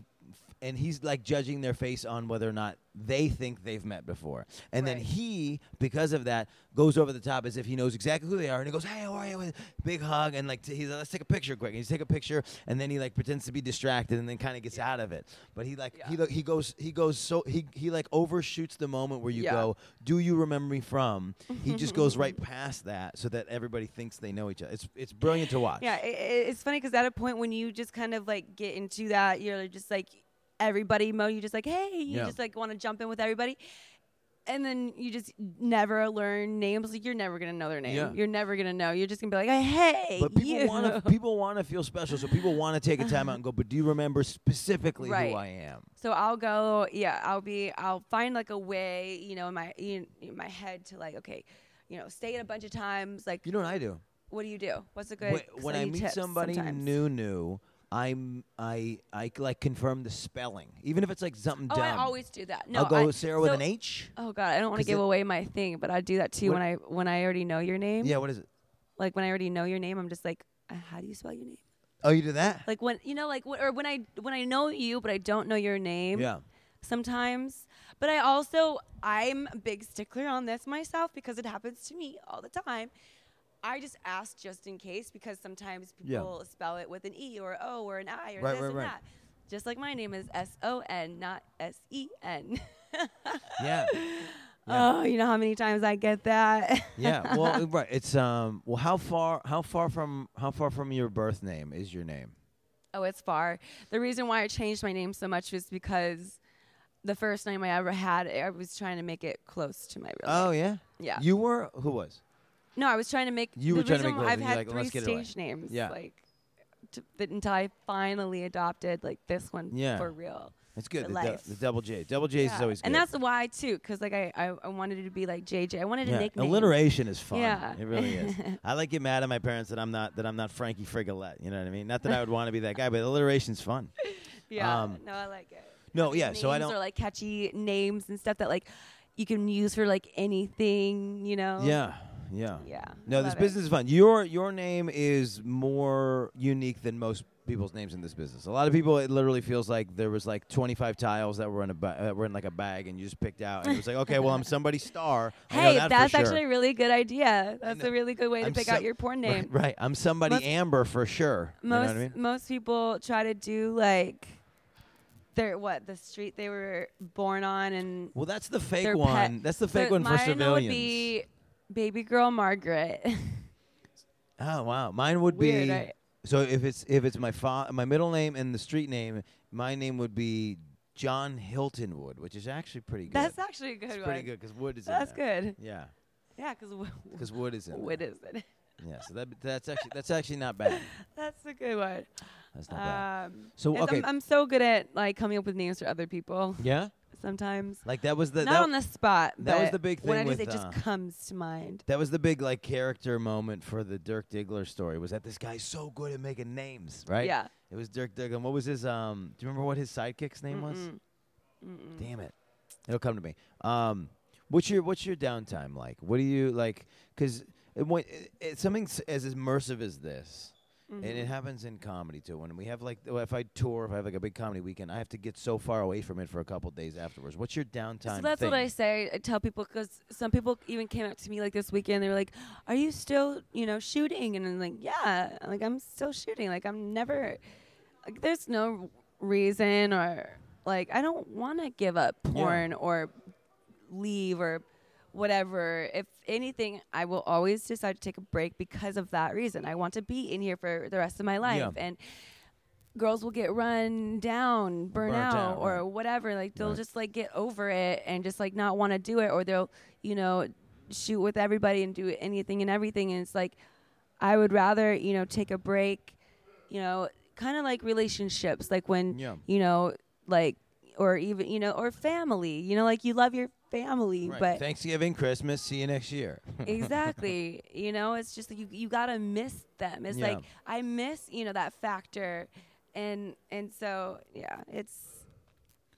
Speaker 1: and he's like judging their face on whether or not they think they've met before and then
Speaker 2: Right.
Speaker 1: he because of that goes over the top as if he knows exactly who they are and he goes hey how are you big hug and like t- he's like, let's take a picture quick and he's take a picture and then he like pretends to be distracted and then kind of gets out of it but he like he
Speaker 2: Yeah.
Speaker 1: lo- he goes he goes so he he like overshoots the moment where you
Speaker 2: Yeah.
Speaker 1: go do you remember me from he just goes right past that so that everybody thinks they know each other it's it's brilliant to watch
Speaker 2: Yeah, i i- it's funny because at a point when you just kind of like get into that, you're just like everybody mode. You just like, hey, you
Speaker 1: Yeah.
Speaker 2: just like want to jump in with everybody, and then you just never learn names. Like you're never gonna know their name.
Speaker 1: Yeah.
Speaker 2: You're never gonna know. You're just gonna be like, hey,
Speaker 1: But people
Speaker 2: you.
Speaker 1: want to people want to feel special, so people want to take a time out and go. But do you remember specifically
Speaker 2: Right.
Speaker 1: who I am?
Speaker 2: So I'll go, yeah, I'll be, I'll find like a way, you know, in my in, in my head to like, okay, you know, stay it a bunch of times. Like,
Speaker 1: You know what I do?
Speaker 2: what do you do? What's a good?
Speaker 1: When-
Speaker 2: 'cause
Speaker 1: when I
Speaker 2: need
Speaker 1: meet
Speaker 2: tips
Speaker 1: somebody
Speaker 2: sometimes.
Speaker 1: new, new, I'm I I like confirm the spelling, even if it's like something
Speaker 2: Oh,
Speaker 1: dumb.
Speaker 2: I always do that. No,
Speaker 1: I'll go
Speaker 2: I-
Speaker 1: with Sarah with
Speaker 2: so-
Speaker 1: an H.
Speaker 2: Oh God, I don't want
Speaker 1: 'Cause
Speaker 2: to give
Speaker 1: it-
Speaker 2: away my thing, but I do that too
Speaker 1: What-
Speaker 2: when I when I already know your name.
Speaker 1: Yeah, what is it?
Speaker 2: Like when I already know your name, I'm just like, "Uh, how do you spell your name?
Speaker 1: Oh, you do that?
Speaker 2: Like when you know, like wh- or when I when I know you, but I don't know your name.
Speaker 1: yeah.
Speaker 2: Sometimes, but I also I'm a big stickler on this myself because it happens to me all the time. I just ask just in case because sometimes
Speaker 1: Yeah.
Speaker 2: people spell it with an e or a o or an i or
Speaker 1: Right,
Speaker 2: this
Speaker 1: right,
Speaker 2: and
Speaker 1: right.
Speaker 2: that. Just like my name is S O N, not S E N.
Speaker 1: Yeah. Yeah.
Speaker 2: Oh, you know how many times I get that?
Speaker 1: Yeah. Well, right. It's um. Well, how far? How far from? How far from your birth name is your name?
Speaker 2: oh, it's far. The reason why I changed my name so much was because the first name I ever had, I was trying to make it close to my real
Speaker 1: Oh
Speaker 2: name.
Speaker 1: yeah.
Speaker 2: Yeah.
Speaker 1: You were who was?
Speaker 2: No, I was trying to make.
Speaker 1: You
Speaker 2: the
Speaker 1: were trying to
Speaker 2: reason
Speaker 1: make
Speaker 2: why I've
Speaker 1: those,
Speaker 2: had
Speaker 1: you're like,
Speaker 2: three
Speaker 1: "Let's get it right."
Speaker 2: stage names.
Speaker 1: Yeah.
Speaker 2: Like, to, that until I finally adopted like this one
Speaker 1: Yeah.
Speaker 2: for real.
Speaker 1: It's good.
Speaker 2: For
Speaker 1: The,
Speaker 2: life.
Speaker 1: the double J. Double J's is
Speaker 2: Yeah.
Speaker 1: always good.
Speaker 2: And that's why too, because like I, I, I wanted it to be like JJ. I wanted
Speaker 1: Yeah.
Speaker 2: a nickname.
Speaker 1: Alliteration is fun.
Speaker 2: Yeah.
Speaker 1: It really is. I like get mad at my parents that I'm not that I'm not Frankie Frigolette. You know what I mean? Not that I would want to be that guy, but alliteration's fun.
Speaker 2: Yeah.
Speaker 1: Um,
Speaker 2: no, I like it.
Speaker 1: No, Oh, yeah. So I
Speaker 2: Names
Speaker 1: don't.
Speaker 2: Or like catchy names and stuff that like you can use for like anything. You know.
Speaker 1: yeah. Yeah.
Speaker 2: Yeah.
Speaker 1: No, this
Speaker 2: Love it.
Speaker 1: business is fun. Your your name is more unique than most people's names in this business. A lot of people, it literally feels like there was like 25 tiles that were in a ba- uh, were in like a bag, and you just picked out, and it was like, okay, well, I'm somebody's star. I know
Speaker 2: Hey,
Speaker 1: that for
Speaker 2: that's
Speaker 1: sure.
Speaker 2: actually a really good idea. That's
Speaker 1: know.
Speaker 2: a really good way to
Speaker 1: I'm
Speaker 2: pick
Speaker 1: so-
Speaker 2: out your porn name.
Speaker 1: Right, right. I'm somebody
Speaker 2: Most-
Speaker 1: Amber for sure. You know
Speaker 2: most
Speaker 1: what I mean?
Speaker 2: most people try to do like their what the street they were born on and
Speaker 1: Well, that's the fake
Speaker 2: their
Speaker 1: one.
Speaker 2: pet.
Speaker 1: That's the fake
Speaker 2: But
Speaker 1: one for
Speaker 2: mine
Speaker 1: civilians.
Speaker 2: would be baby girl Margaret.
Speaker 1: Oh wow, mine would
Speaker 2: Weird,
Speaker 1: be.
Speaker 2: right?
Speaker 1: So if it's if it's my fa- my middle name and the street name, my name would be John Hilton Wood, which is actually pretty good.
Speaker 2: That's actually a good
Speaker 1: It's
Speaker 2: one.
Speaker 1: pretty good because Wood is.
Speaker 2: That's
Speaker 1: in there.
Speaker 2: good.
Speaker 1: Yeah,
Speaker 2: Yeah, because
Speaker 1: because Wood is in. there.
Speaker 2: what is it?
Speaker 1: Yeah, so that that's actually that's actually not bad.
Speaker 2: That's a good one.
Speaker 1: That's not bad.
Speaker 2: Um,
Speaker 1: So,
Speaker 2: it's-
Speaker 1: okay.
Speaker 2: I'm, I'm so good at like coming up with names for other people
Speaker 1: Yeah,
Speaker 2: sometimes.
Speaker 1: like that was the
Speaker 2: Not
Speaker 1: that,
Speaker 2: on the spot.
Speaker 1: that was
Speaker 2: but
Speaker 1: the big
Speaker 2: When I
Speaker 1: thing
Speaker 2: do,
Speaker 1: with,
Speaker 2: it
Speaker 1: uh,
Speaker 2: just comes to mind.
Speaker 1: that was the big like character moment for the Dirk Diggler story. Was that this guy's so good at making names, right?
Speaker 2: Yeah.
Speaker 1: It was Dirk Diggler. What was his um? Do you remember what his sidekick's name was? Damn it, it'll come to me. Um, what's your what's your downtime like? What do you like? Because it, when- it, it's something s- as immersive as this, and
Speaker 2: Mm-hmm.
Speaker 1: it happens in comedy too. When we have like, well, if I tour, if I have like a big comedy weekend, I have to get so far away from it for a couple days afterwards. What's your downtime?
Speaker 2: So that's
Speaker 1: thing?
Speaker 2: what I say. I tell people because some people even came up to me like this weekend. They were like, "Are you still, you know, shooting?" And I'm like, "Yeah, like I'm still shooting. Like I'm never. Like, there's no reason or like I don't want to give up porn or leave or whatever. If anything, I will always decide to take a break because of that reason. I want to be in here for the rest of my life
Speaker 1: Yeah.
Speaker 2: and. Girls will get run down, burn
Speaker 1: Burnt
Speaker 2: out,
Speaker 1: out,
Speaker 2: or
Speaker 1: right.
Speaker 2: whatever. Like they'll
Speaker 1: Right.
Speaker 2: just like get over it and just like not want to do it, or they'll you know shoot with everybody and do anything and everything. And it's like I would rather you know take a break, you know, kind of like relationships, like when
Speaker 1: Yeah.
Speaker 2: you know like or even you know or family, you know, like you love your family,
Speaker 1: Right.
Speaker 2: but
Speaker 1: Thanksgiving, Christmas. See you next year.
Speaker 2: exactly you know it's just you you gotta miss them it's
Speaker 1: Yeah.
Speaker 2: like i miss you know that factor and and so yeah it's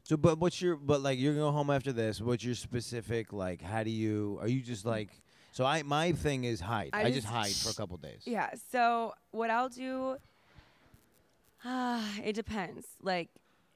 Speaker 1: So, but what's your but like you're gonna go home after this? What's your specific like? How do you? Are you just like? So I my thing is hide. I,
Speaker 2: Mm. I
Speaker 1: just,
Speaker 2: just-
Speaker 1: hide for a couple days.
Speaker 2: yeah so what i'll do uh, it depends like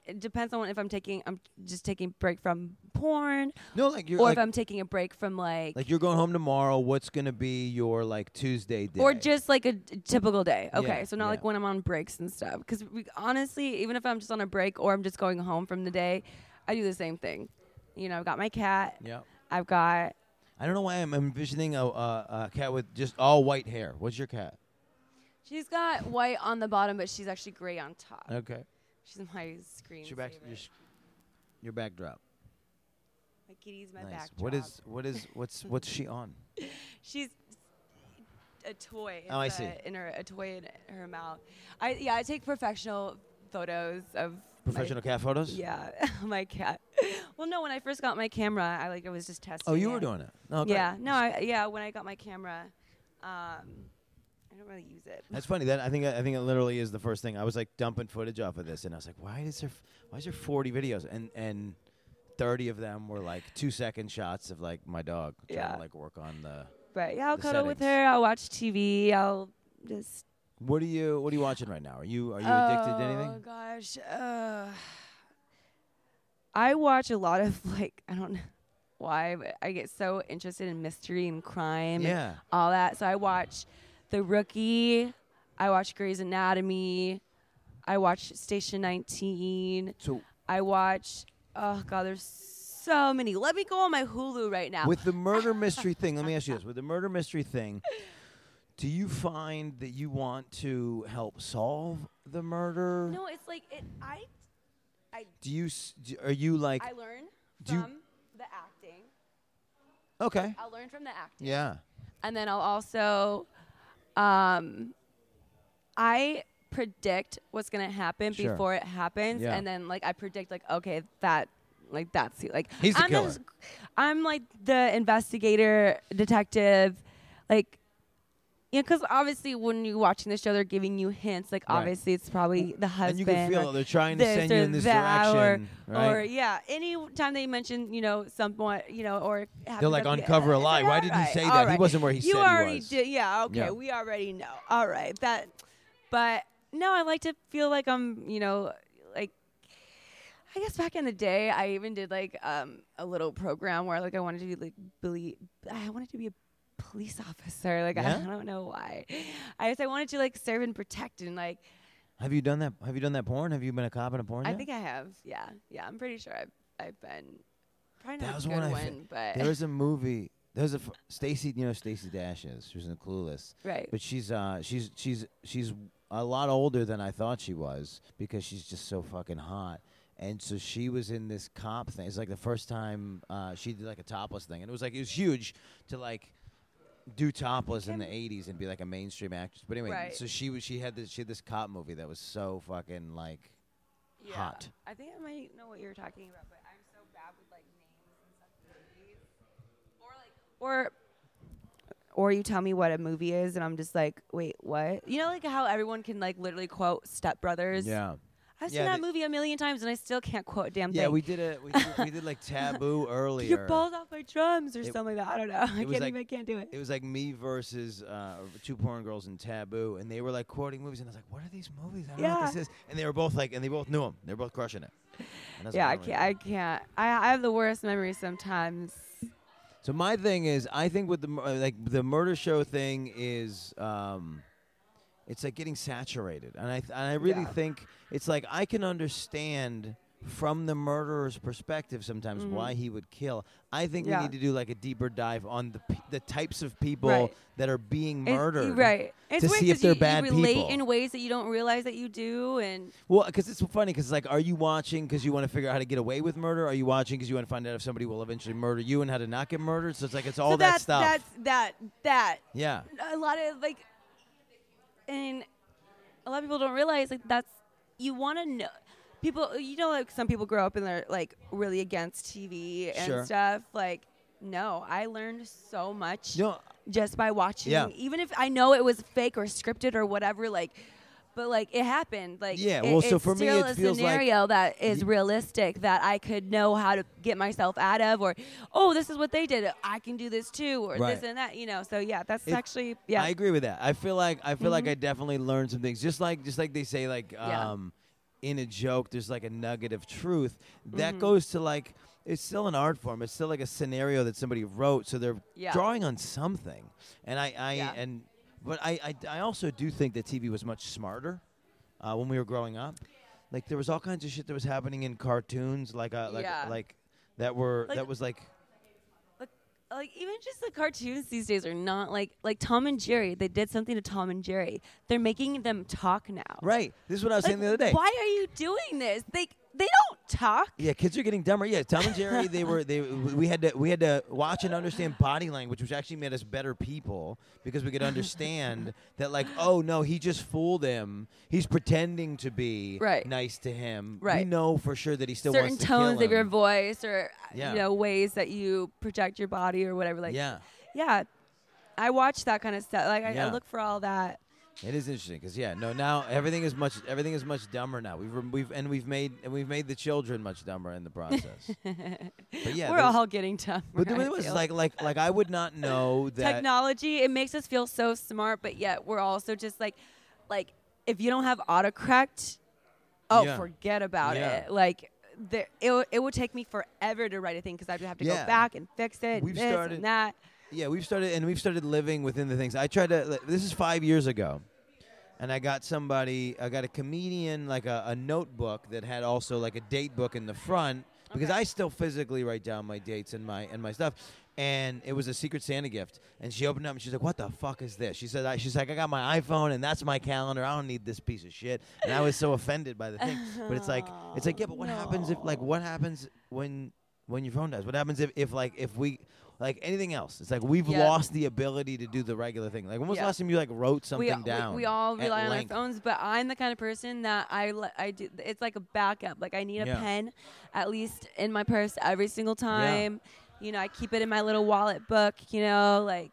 Speaker 2: it depends on if i'm taking i'm just taking a break from porn
Speaker 1: No, like you're
Speaker 2: or
Speaker 1: like,
Speaker 2: if i'm taking a break from like,
Speaker 1: like you're going home tomorrow. What's gonna be your like Tuesday day?
Speaker 2: or just like a d- typical day okay
Speaker 1: Yeah,
Speaker 2: so not
Speaker 1: yeah.
Speaker 2: like when i'm on breaks and stuff because honestly even if i'm just on a break or i'm just going home from the day i do the same thing you know i've got my cat
Speaker 1: yeah.
Speaker 2: I've got
Speaker 1: I don't know why I'm envisioning a, a, a cat with just all white hair. What's your cat?
Speaker 2: she's got white on the bottom, but she's actually gray on top.
Speaker 1: Okay.
Speaker 2: She's my screen.
Speaker 1: It's your back. Uh, Your, s- your backdrop.
Speaker 2: my kitty's my
Speaker 1: nice.
Speaker 2: back.
Speaker 1: What is what is what's what's she on?
Speaker 2: She's a toy.
Speaker 1: Oh, I
Speaker 2: It's
Speaker 1: see.
Speaker 2: a- In her, a toy in her mouth. I yeah, I take professional photos of my-
Speaker 1: Professional cat photos.
Speaker 2: yeah, my cat. Well, no, when I first got my camera, I like I was just testing.
Speaker 1: Oh, you were
Speaker 2: it.
Speaker 1: doing it. Oh, great.
Speaker 2: Yeah, no, I, yeah. When I got my camera, um, I don't really use it.
Speaker 1: That's funny. That I think I think it literally is the first thing. I was like dumping footage off of this, and I was like, why is there why is there forty videos and and thirty of them were like two second shots of like my dog trying
Speaker 2: Yeah.
Speaker 1: to like work on the.
Speaker 2: But yeah, I'll
Speaker 1: The
Speaker 2: cuddle with
Speaker 1: settings.
Speaker 2: her. I'll watch TV. I'll just
Speaker 1: What are you What are you watching right now? Are you Are you addicted to
Speaker 2: Oh
Speaker 1: anything?
Speaker 2: gosh, uh, I watch a lot of like I don't know why, but I get so interested in mystery and crime,
Speaker 1: Yeah.
Speaker 2: and all that. So I watch The Rookie, I watch Grey's Anatomy, I watch Station 19,
Speaker 1: So
Speaker 2: I watch. Oh god, there's so many. Let me go on my Hulu right now.
Speaker 1: with the murder mystery thing, let me ask you this: with the murder mystery thing, do you find that you want to help solve the murder?
Speaker 2: no, it's like it. I
Speaker 1: Do you s- do, Are you like
Speaker 2: I learn
Speaker 1: Do you-
Speaker 2: from the acting.
Speaker 1: okay?
Speaker 2: I'll learn from the acting.
Speaker 1: Yeah.
Speaker 2: And then I'll also, um, I predict what's gonna happen
Speaker 1: Sure.
Speaker 2: before it happens,
Speaker 1: Yeah.
Speaker 2: and then like I predict like okay that like that's the- like
Speaker 1: He's the
Speaker 2: I'm
Speaker 1: killer.
Speaker 2: s- I'm like the investigator detective, like. Yeah, because obviously when you're watching the show, they're giving you hints. Like
Speaker 1: Right.
Speaker 2: obviously, it's probably the
Speaker 1: and
Speaker 2: husband.
Speaker 1: you can feel
Speaker 2: or-
Speaker 1: it. They're trying to
Speaker 2: this
Speaker 1: send you
Speaker 2: or
Speaker 1: in this
Speaker 2: that,
Speaker 1: direction,
Speaker 2: or,
Speaker 1: right?
Speaker 2: or yeah, any time they mention you know somewhat you know or it
Speaker 1: They're
Speaker 2: happens
Speaker 1: like
Speaker 2: at the-
Speaker 1: uncover a
Speaker 2: it's
Speaker 1: lie.
Speaker 2: like,
Speaker 1: Why
Speaker 2: all
Speaker 1: didn't he
Speaker 2: right,
Speaker 1: say
Speaker 2: all
Speaker 1: that? He
Speaker 2: right.
Speaker 1: wasnid where he
Speaker 2: you
Speaker 1: said
Speaker 2: already
Speaker 1: he was.
Speaker 2: did. Yeah. Okay.
Speaker 1: Yeah.
Speaker 2: We already know. All right. That. But no, I like to feel like I'm you know like. I guess back in the day, I even did like um, a little program where like I wanted to be like Billy. I wanted to be a police officer. Like
Speaker 1: Yeah?
Speaker 2: I don't know why. I just I wanted to like serve and protect and like
Speaker 1: Have you done that? Have you done that porn? Have you been a cop in a porn?
Speaker 2: I
Speaker 1: yet?
Speaker 2: think I have. Yeah, yeah. I'm pretty sure I've I've been probably
Speaker 1: That
Speaker 2: not
Speaker 1: was
Speaker 2: a
Speaker 1: one
Speaker 2: good
Speaker 1: I
Speaker 2: one,
Speaker 1: fe-
Speaker 2: but
Speaker 1: there was a movie. There's a f- Stacy. You know Stacy Dash is. She was in Clueless,
Speaker 2: right.
Speaker 1: but she's uh she's she's she's a lot older than I thought she was because she's just so fucking hot. And so she was in this cop thing. It's like the first time uh, she did like a topless thing, and it was like it was huge to like do topless in the '80s and be like a mainstream actress. But anyway,
Speaker 2: Right.
Speaker 1: so she was she had this she had this cop movie that was so fucking like
Speaker 2: yeah.
Speaker 1: hot.
Speaker 2: I think I might know what you're talking about, but I'm so bad with like names and stuff. for movies. Or like or or you tell me what a movie is, and I'm just like, wait, what? You know, like how everyone can like literally quote Step Brothers.
Speaker 1: yeah.
Speaker 2: I've seen
Speaker 1: Yeah,
Speaker 2: that
Speaker 1: they-
Speaker 2: movie a million times, and I still can't quote a damn
Speaker 1: Yeah,
Speaker 2: thing.
Speaker 1: we did a we did, we did like taboo earlier.
Speaker 2: Your balls off my drums, or
Speaker 1: It-
Speaker 2: something like that. I don't know. I
Speaker 1: it
Speaker 2: can't
Speaker 1: was like-
Speaker 2: even. I can't do it.
Speaker 1: It was like me versus uh, two porn girls in Taboo, and they were like quoting movies, and I was like, "What are these movies? I don't know what
Speaker 2: Yeah.
Speaker 1: this is." And they were both like, and they both knew them. They were both crushing it. And I was like,
Speaker 2: yeah, I
Speaker 1: don't
Speaker 2: can't.
Speaker 1: really
Speaker 2: I can't. I, I have the worst memories sometimes.
Speaker 1: know. So my thing is, I think with the mur- uh, like the murder show thing is, um, it's like getting saturated, and I th- and I really
Speaker 2: Yeah.
Speaker 1: think it's like I can understand from the murderer's perspective sometimes why he would kill. I think
Speaker 2: Mm-hmm. Yeah.
Speaker 1: we need to do like a deeper dive on the p- the types of people
Speaker 2: Right.
Speaker 1: that are being
Speaker 2: It's-
Speaker 1: murdered.
Speaker 2: right? It's
Speaker 1: to
Speaker 2: weird
Speaker 1: see if
Speaker 2: 'cause
Speaker 1: they're
Speaker 2: you,
Speaker 1: bad
Speaker 2: you relate
Speaker 1: people.
Speaker 2: in ways that you don't realize that you do, and
Speaker 1: Well, because it's funny, because like, are you watching because you want to figure out how to get away with murder? Are you watching because you want to find out if somebody will eventually murder you and how to not get murdered? So it's like it's all
Speaker 2: so
Speaker 1: that
Speaker 2: that's
Speaker 1: stuff.
Speaker 2: that's that that
Speaker 1: yeah,
Speaker 2: a lot of like, and a lot of people don't realize like that's you want to know people. You know, like some people grow up and they're like really against TV and
Speaker 1: Sure.
Speaker 2: stuff. Like, no, I learned so much.
Speaker 1: you know,
Speaker 2: just by watching
Speaker 1: Yeah.
Speaker 2: even if i know it was fake or scripted or whatever like but like it happened like
Speaker 1: Yeah,
Speaker 2: it-
Speaker 1: well, so
Speaker 2: it's
Speaker 1: for me,
Speaker 2: still
Speaker 1: it
Speaker 2: a
Speaker 1: feels like-
Speaker 2: scenario that is
Speaker 1: Y-
Speaker 2: realistic that i could know how to get myself out of or oh this is what they did i can do this too or
Speaker 1: Right.
Speaker 2: this and that you know so yeah that's
Speaker 1: It-
Speaker 2: actually yeah Mm-hmm.
Speaker 1: I agree with that. I feel like I feel like I definitely learned some things. Just like just like they say, like
Speaker 2: Yeah.
Speaker 1: um, in a joke, there's like a nugget of truth that
Speaker 2: Mm-hmm.
Speaker 1: goes to like it's still an art form. It's still like a scenario that somebody wrote, so they're
Speaker 2: Yeah.
Speaker 1: drawing on something. And I, I
Speaker 2: Yeah.
Speaker 1: and but I, I I also do think that TV was much smarter uh, when we were growing up. Like there was all kinds of shit that was happening in cartoons, like uh, like
Speaker 2: Yeah.
Speaker 1: like that were
Speaker 2: Like-
Speaker 1: that was like
Speaker 2: like even just the cartoons these days are not like like tom and jerry they did something to tom and jerry they're making them talk now
Speaker 1: right. This is what I was
Speaker 2: Like,
Speaker 1: saying the other day.
Speaker 2: why are you doing this they they don't talk
Speaker 1: Yeah, kids are getting dumber. Yeah, Tom and Jerry, they were they we had to we had to watch and understand body language, which actually made us better people because we could understand that like, oh no, he just fooled him. He's pretending to be
Speaker 2: Right.
Speaker 1: nice to him. We
Speaker 2: Right.
Speaker 1: know for sure that he still
Speaker 2: certain
Speaker 1: wants to
Speaker 2: tones
Speaker 1: kill
Speaker 2: of your
Speaker 1: him.
Speaker 2: voice or
Speaker 1: Yeah.
Speaker 2: you know ways that you project your body or whatever like
Speaker 1: yeah,
Speaker 2: yeah. i watch that kind of stuff like I,
Speaker 1: Yeah.
Speaker 2: I look for all that
Speaker 1: it is interesting because yeah, no, now everything is much everything is much dumber now. We've rem- we've and we've made and we've made the children much dumber in the process. but yeah,
Speaker 2: we're
Speaker 1: there's-
Speaker 2: all getting dumb
Speaker 1: But there was like like like I would not know that
Speaker 2: technology it makes us feel so smart but yet we're also just like like if you don't have autocorrect oh
Speaker 1: Yeah.
Speaker 2: forget about
Speaker 1: Yeah.
Speaker 2: it like there, it, w- it would take me forever to write a thing because I'd have to
Speaker 1: Yeah.
Speaker 2: go back and fix it. and
Speaker 1: We've
Speaker 2: this
Speaker 1: started-
Speaker 2: and that.
Speaker 1: Yeah, we've started and we've started living within the things. I tried to. like, This is five years ago, and I got somebody. I got a comedian like a, a notebook that had also like a date book in the front because
Speaker 2: Okay.
Speaker 1: I still physically write down my dates and my and my stuff. And it was a Secret Santa gift. And she opened it up and she's like, "What the fuck is this?" She said, I, "She's like, I got my iPhone and that's my calendar. I don't need this piece of shit." And I was so offended by the thing. But it's like, it's like, yeah, but what happens if like
Speaker 2: No.
Speaker 1: what happens when when your phone dies? What happens if if like if we like anything else. It's like we've
Speaker 2: Yeah.
Speaker 1: lost the ability to do the regular thing. Like when was the
Speaker 2: Yeah.
Speaker 1: last time you like wrote something
Speaker 2: we, we-
Speaker 1: down?
Speaker 2: We, all
Speaker 1: at
Speaker 2: rely on
Speaker 1: length?
Speaker 2: our phones, but I'm the kind of person that I li- I do. It's like a backup. Like I need a
Speaker 1: Yeah.
Speaker 2: pen, at least in my purse every single time. You know, I keep it in my little wallet book. You know, like.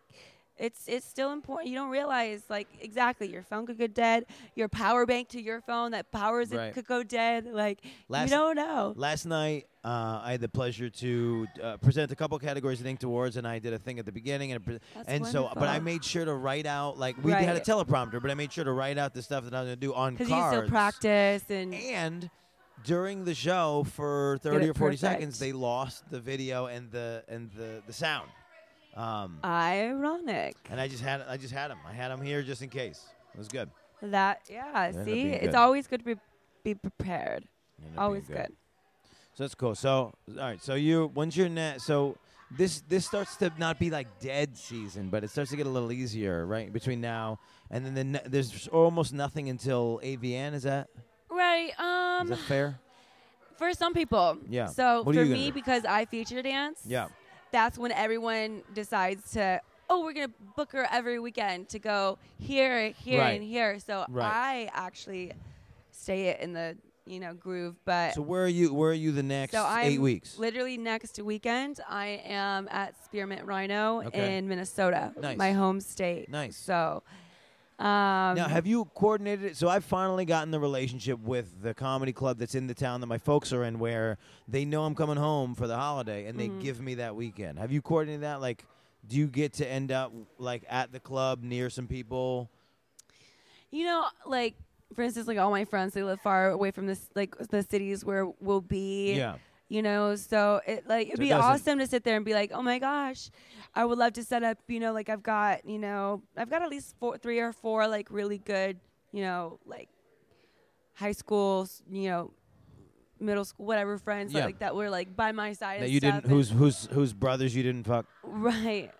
Speaker 2: It's, it's still important. You don't realize, like, exactly your phone could go dead. Your power bank to your phone that powers
Speaker 1: Right.
Speaker 2: it could go dead. Like,
Speaker 1: Last-
Speaker 2: you don't know.
Speaker 1: Last night, uh, I had the pleasure to uh, present a couple categories of Inked Awards, and I did a thing at the beginning, and, pre-
Speaker 2: That's
Speaker 1: and so, but
Speaker 2: wonderful.
Speaker 1: I made sure to write out like we had a
Speaker 2: Right.
Speaker 1: teleprompter, but I made sure to write out the stuff that I was going to do on
Speaker 2: Because
Speaker 1: cards.
Speaker 2: you still practice and
Speaker 1: And during the show, for thirty
Speaker 2: it
Speaker 1: or forty
Speaker 2: perfect.
Speaker 1: seconds, they lost the video and the and the the sound. Um,
Speaker 2: ironic.
Speaker 1: and I just had I just had them. I had them here just in case. It was good.
Speaker 2: That, yeah,
Speaker 1: ended up
Speaker 2: see,
Speaker 1: being
Speaker 2: it's
Speaker 1: good.
Speaker 2: always good to be, be prepared.
Speaker 1: Ended up being
Speaker 2: Always good.
Speaker 1: So that's cool. So all right. So you when's your net? So this this starts to not be like dead season, but it starts to get a little easier, right? Between now and then, the ne- there's almost nothing until AVN. Is that is
Speaker 2: Right. Um,
Speaker 1: that fair?
Speaker 2: for some people.
Speaker 1: Yeah.
Speaker 2: So
Speaker 1: What are
Speaker 2: for
Speaker 1: you gonna
Speaker 2: me,
Speaker 1: do?
Speaker 2: because I feature dance.
Speaker 1: Yeah.
Speaker 2: That's when everyone decides to. Oh, we're gonna book her every weekend to go here, here,
Speaker 1: Right.
Speaker 2: and here. So
Speaker 1: Right.
Speaker 2: I actually stay it in the you know groove, but
Speaker 1: So where are you? Where are you the next
Speaker 2: uh, so I'm
Speaker 1: eight weeks?
Speaker 2: Literally next weekend, I am at Spearmint Rhino
Speaker 1: Okay.
Speaker 2: in Minnesota,
Speaker 1: Nice.
Speaker 2: my home state.
Speaker 1: Nice.
Speaker 2: So. Um,
Speaker 1: Now, have you coordinated it? So I've finally gotten the relationship with the comedy club that's in the town that my folks are in, where they know I'm coming home for the holiday and
Speaker 2: Mm-hmm.
Speaker 1: they give me that weekend. Have you coordinated that? Like, do you get to end up like at the club near some people?
Speaker 2: You know, like for instance, like all my friends, they live far away from this, like the cities where we'll be.
Speaker 1: Yeah.
Speaker 2: You know, so it like it'd
Speaker 1: So it
Speaker 2: be
Speaker 1: doesn't-
Speaker 2: awesome to sit there and be like, oh my gosh, I would love to set up. You know, like I've got, you know, I've got at least four, three or four like really good, you know, like high school, s- you know, middle school, whatever friends
Speaker 1: Yeah.
Speaker 2: like that were like by my side.
Speaker 1: That
Speaker 2: and
Speaker 1: you
Speaker 2: stuff
Speaker 1: didn't, whose whose whose brothers you didn't fuck.
Speaker 2: and, right,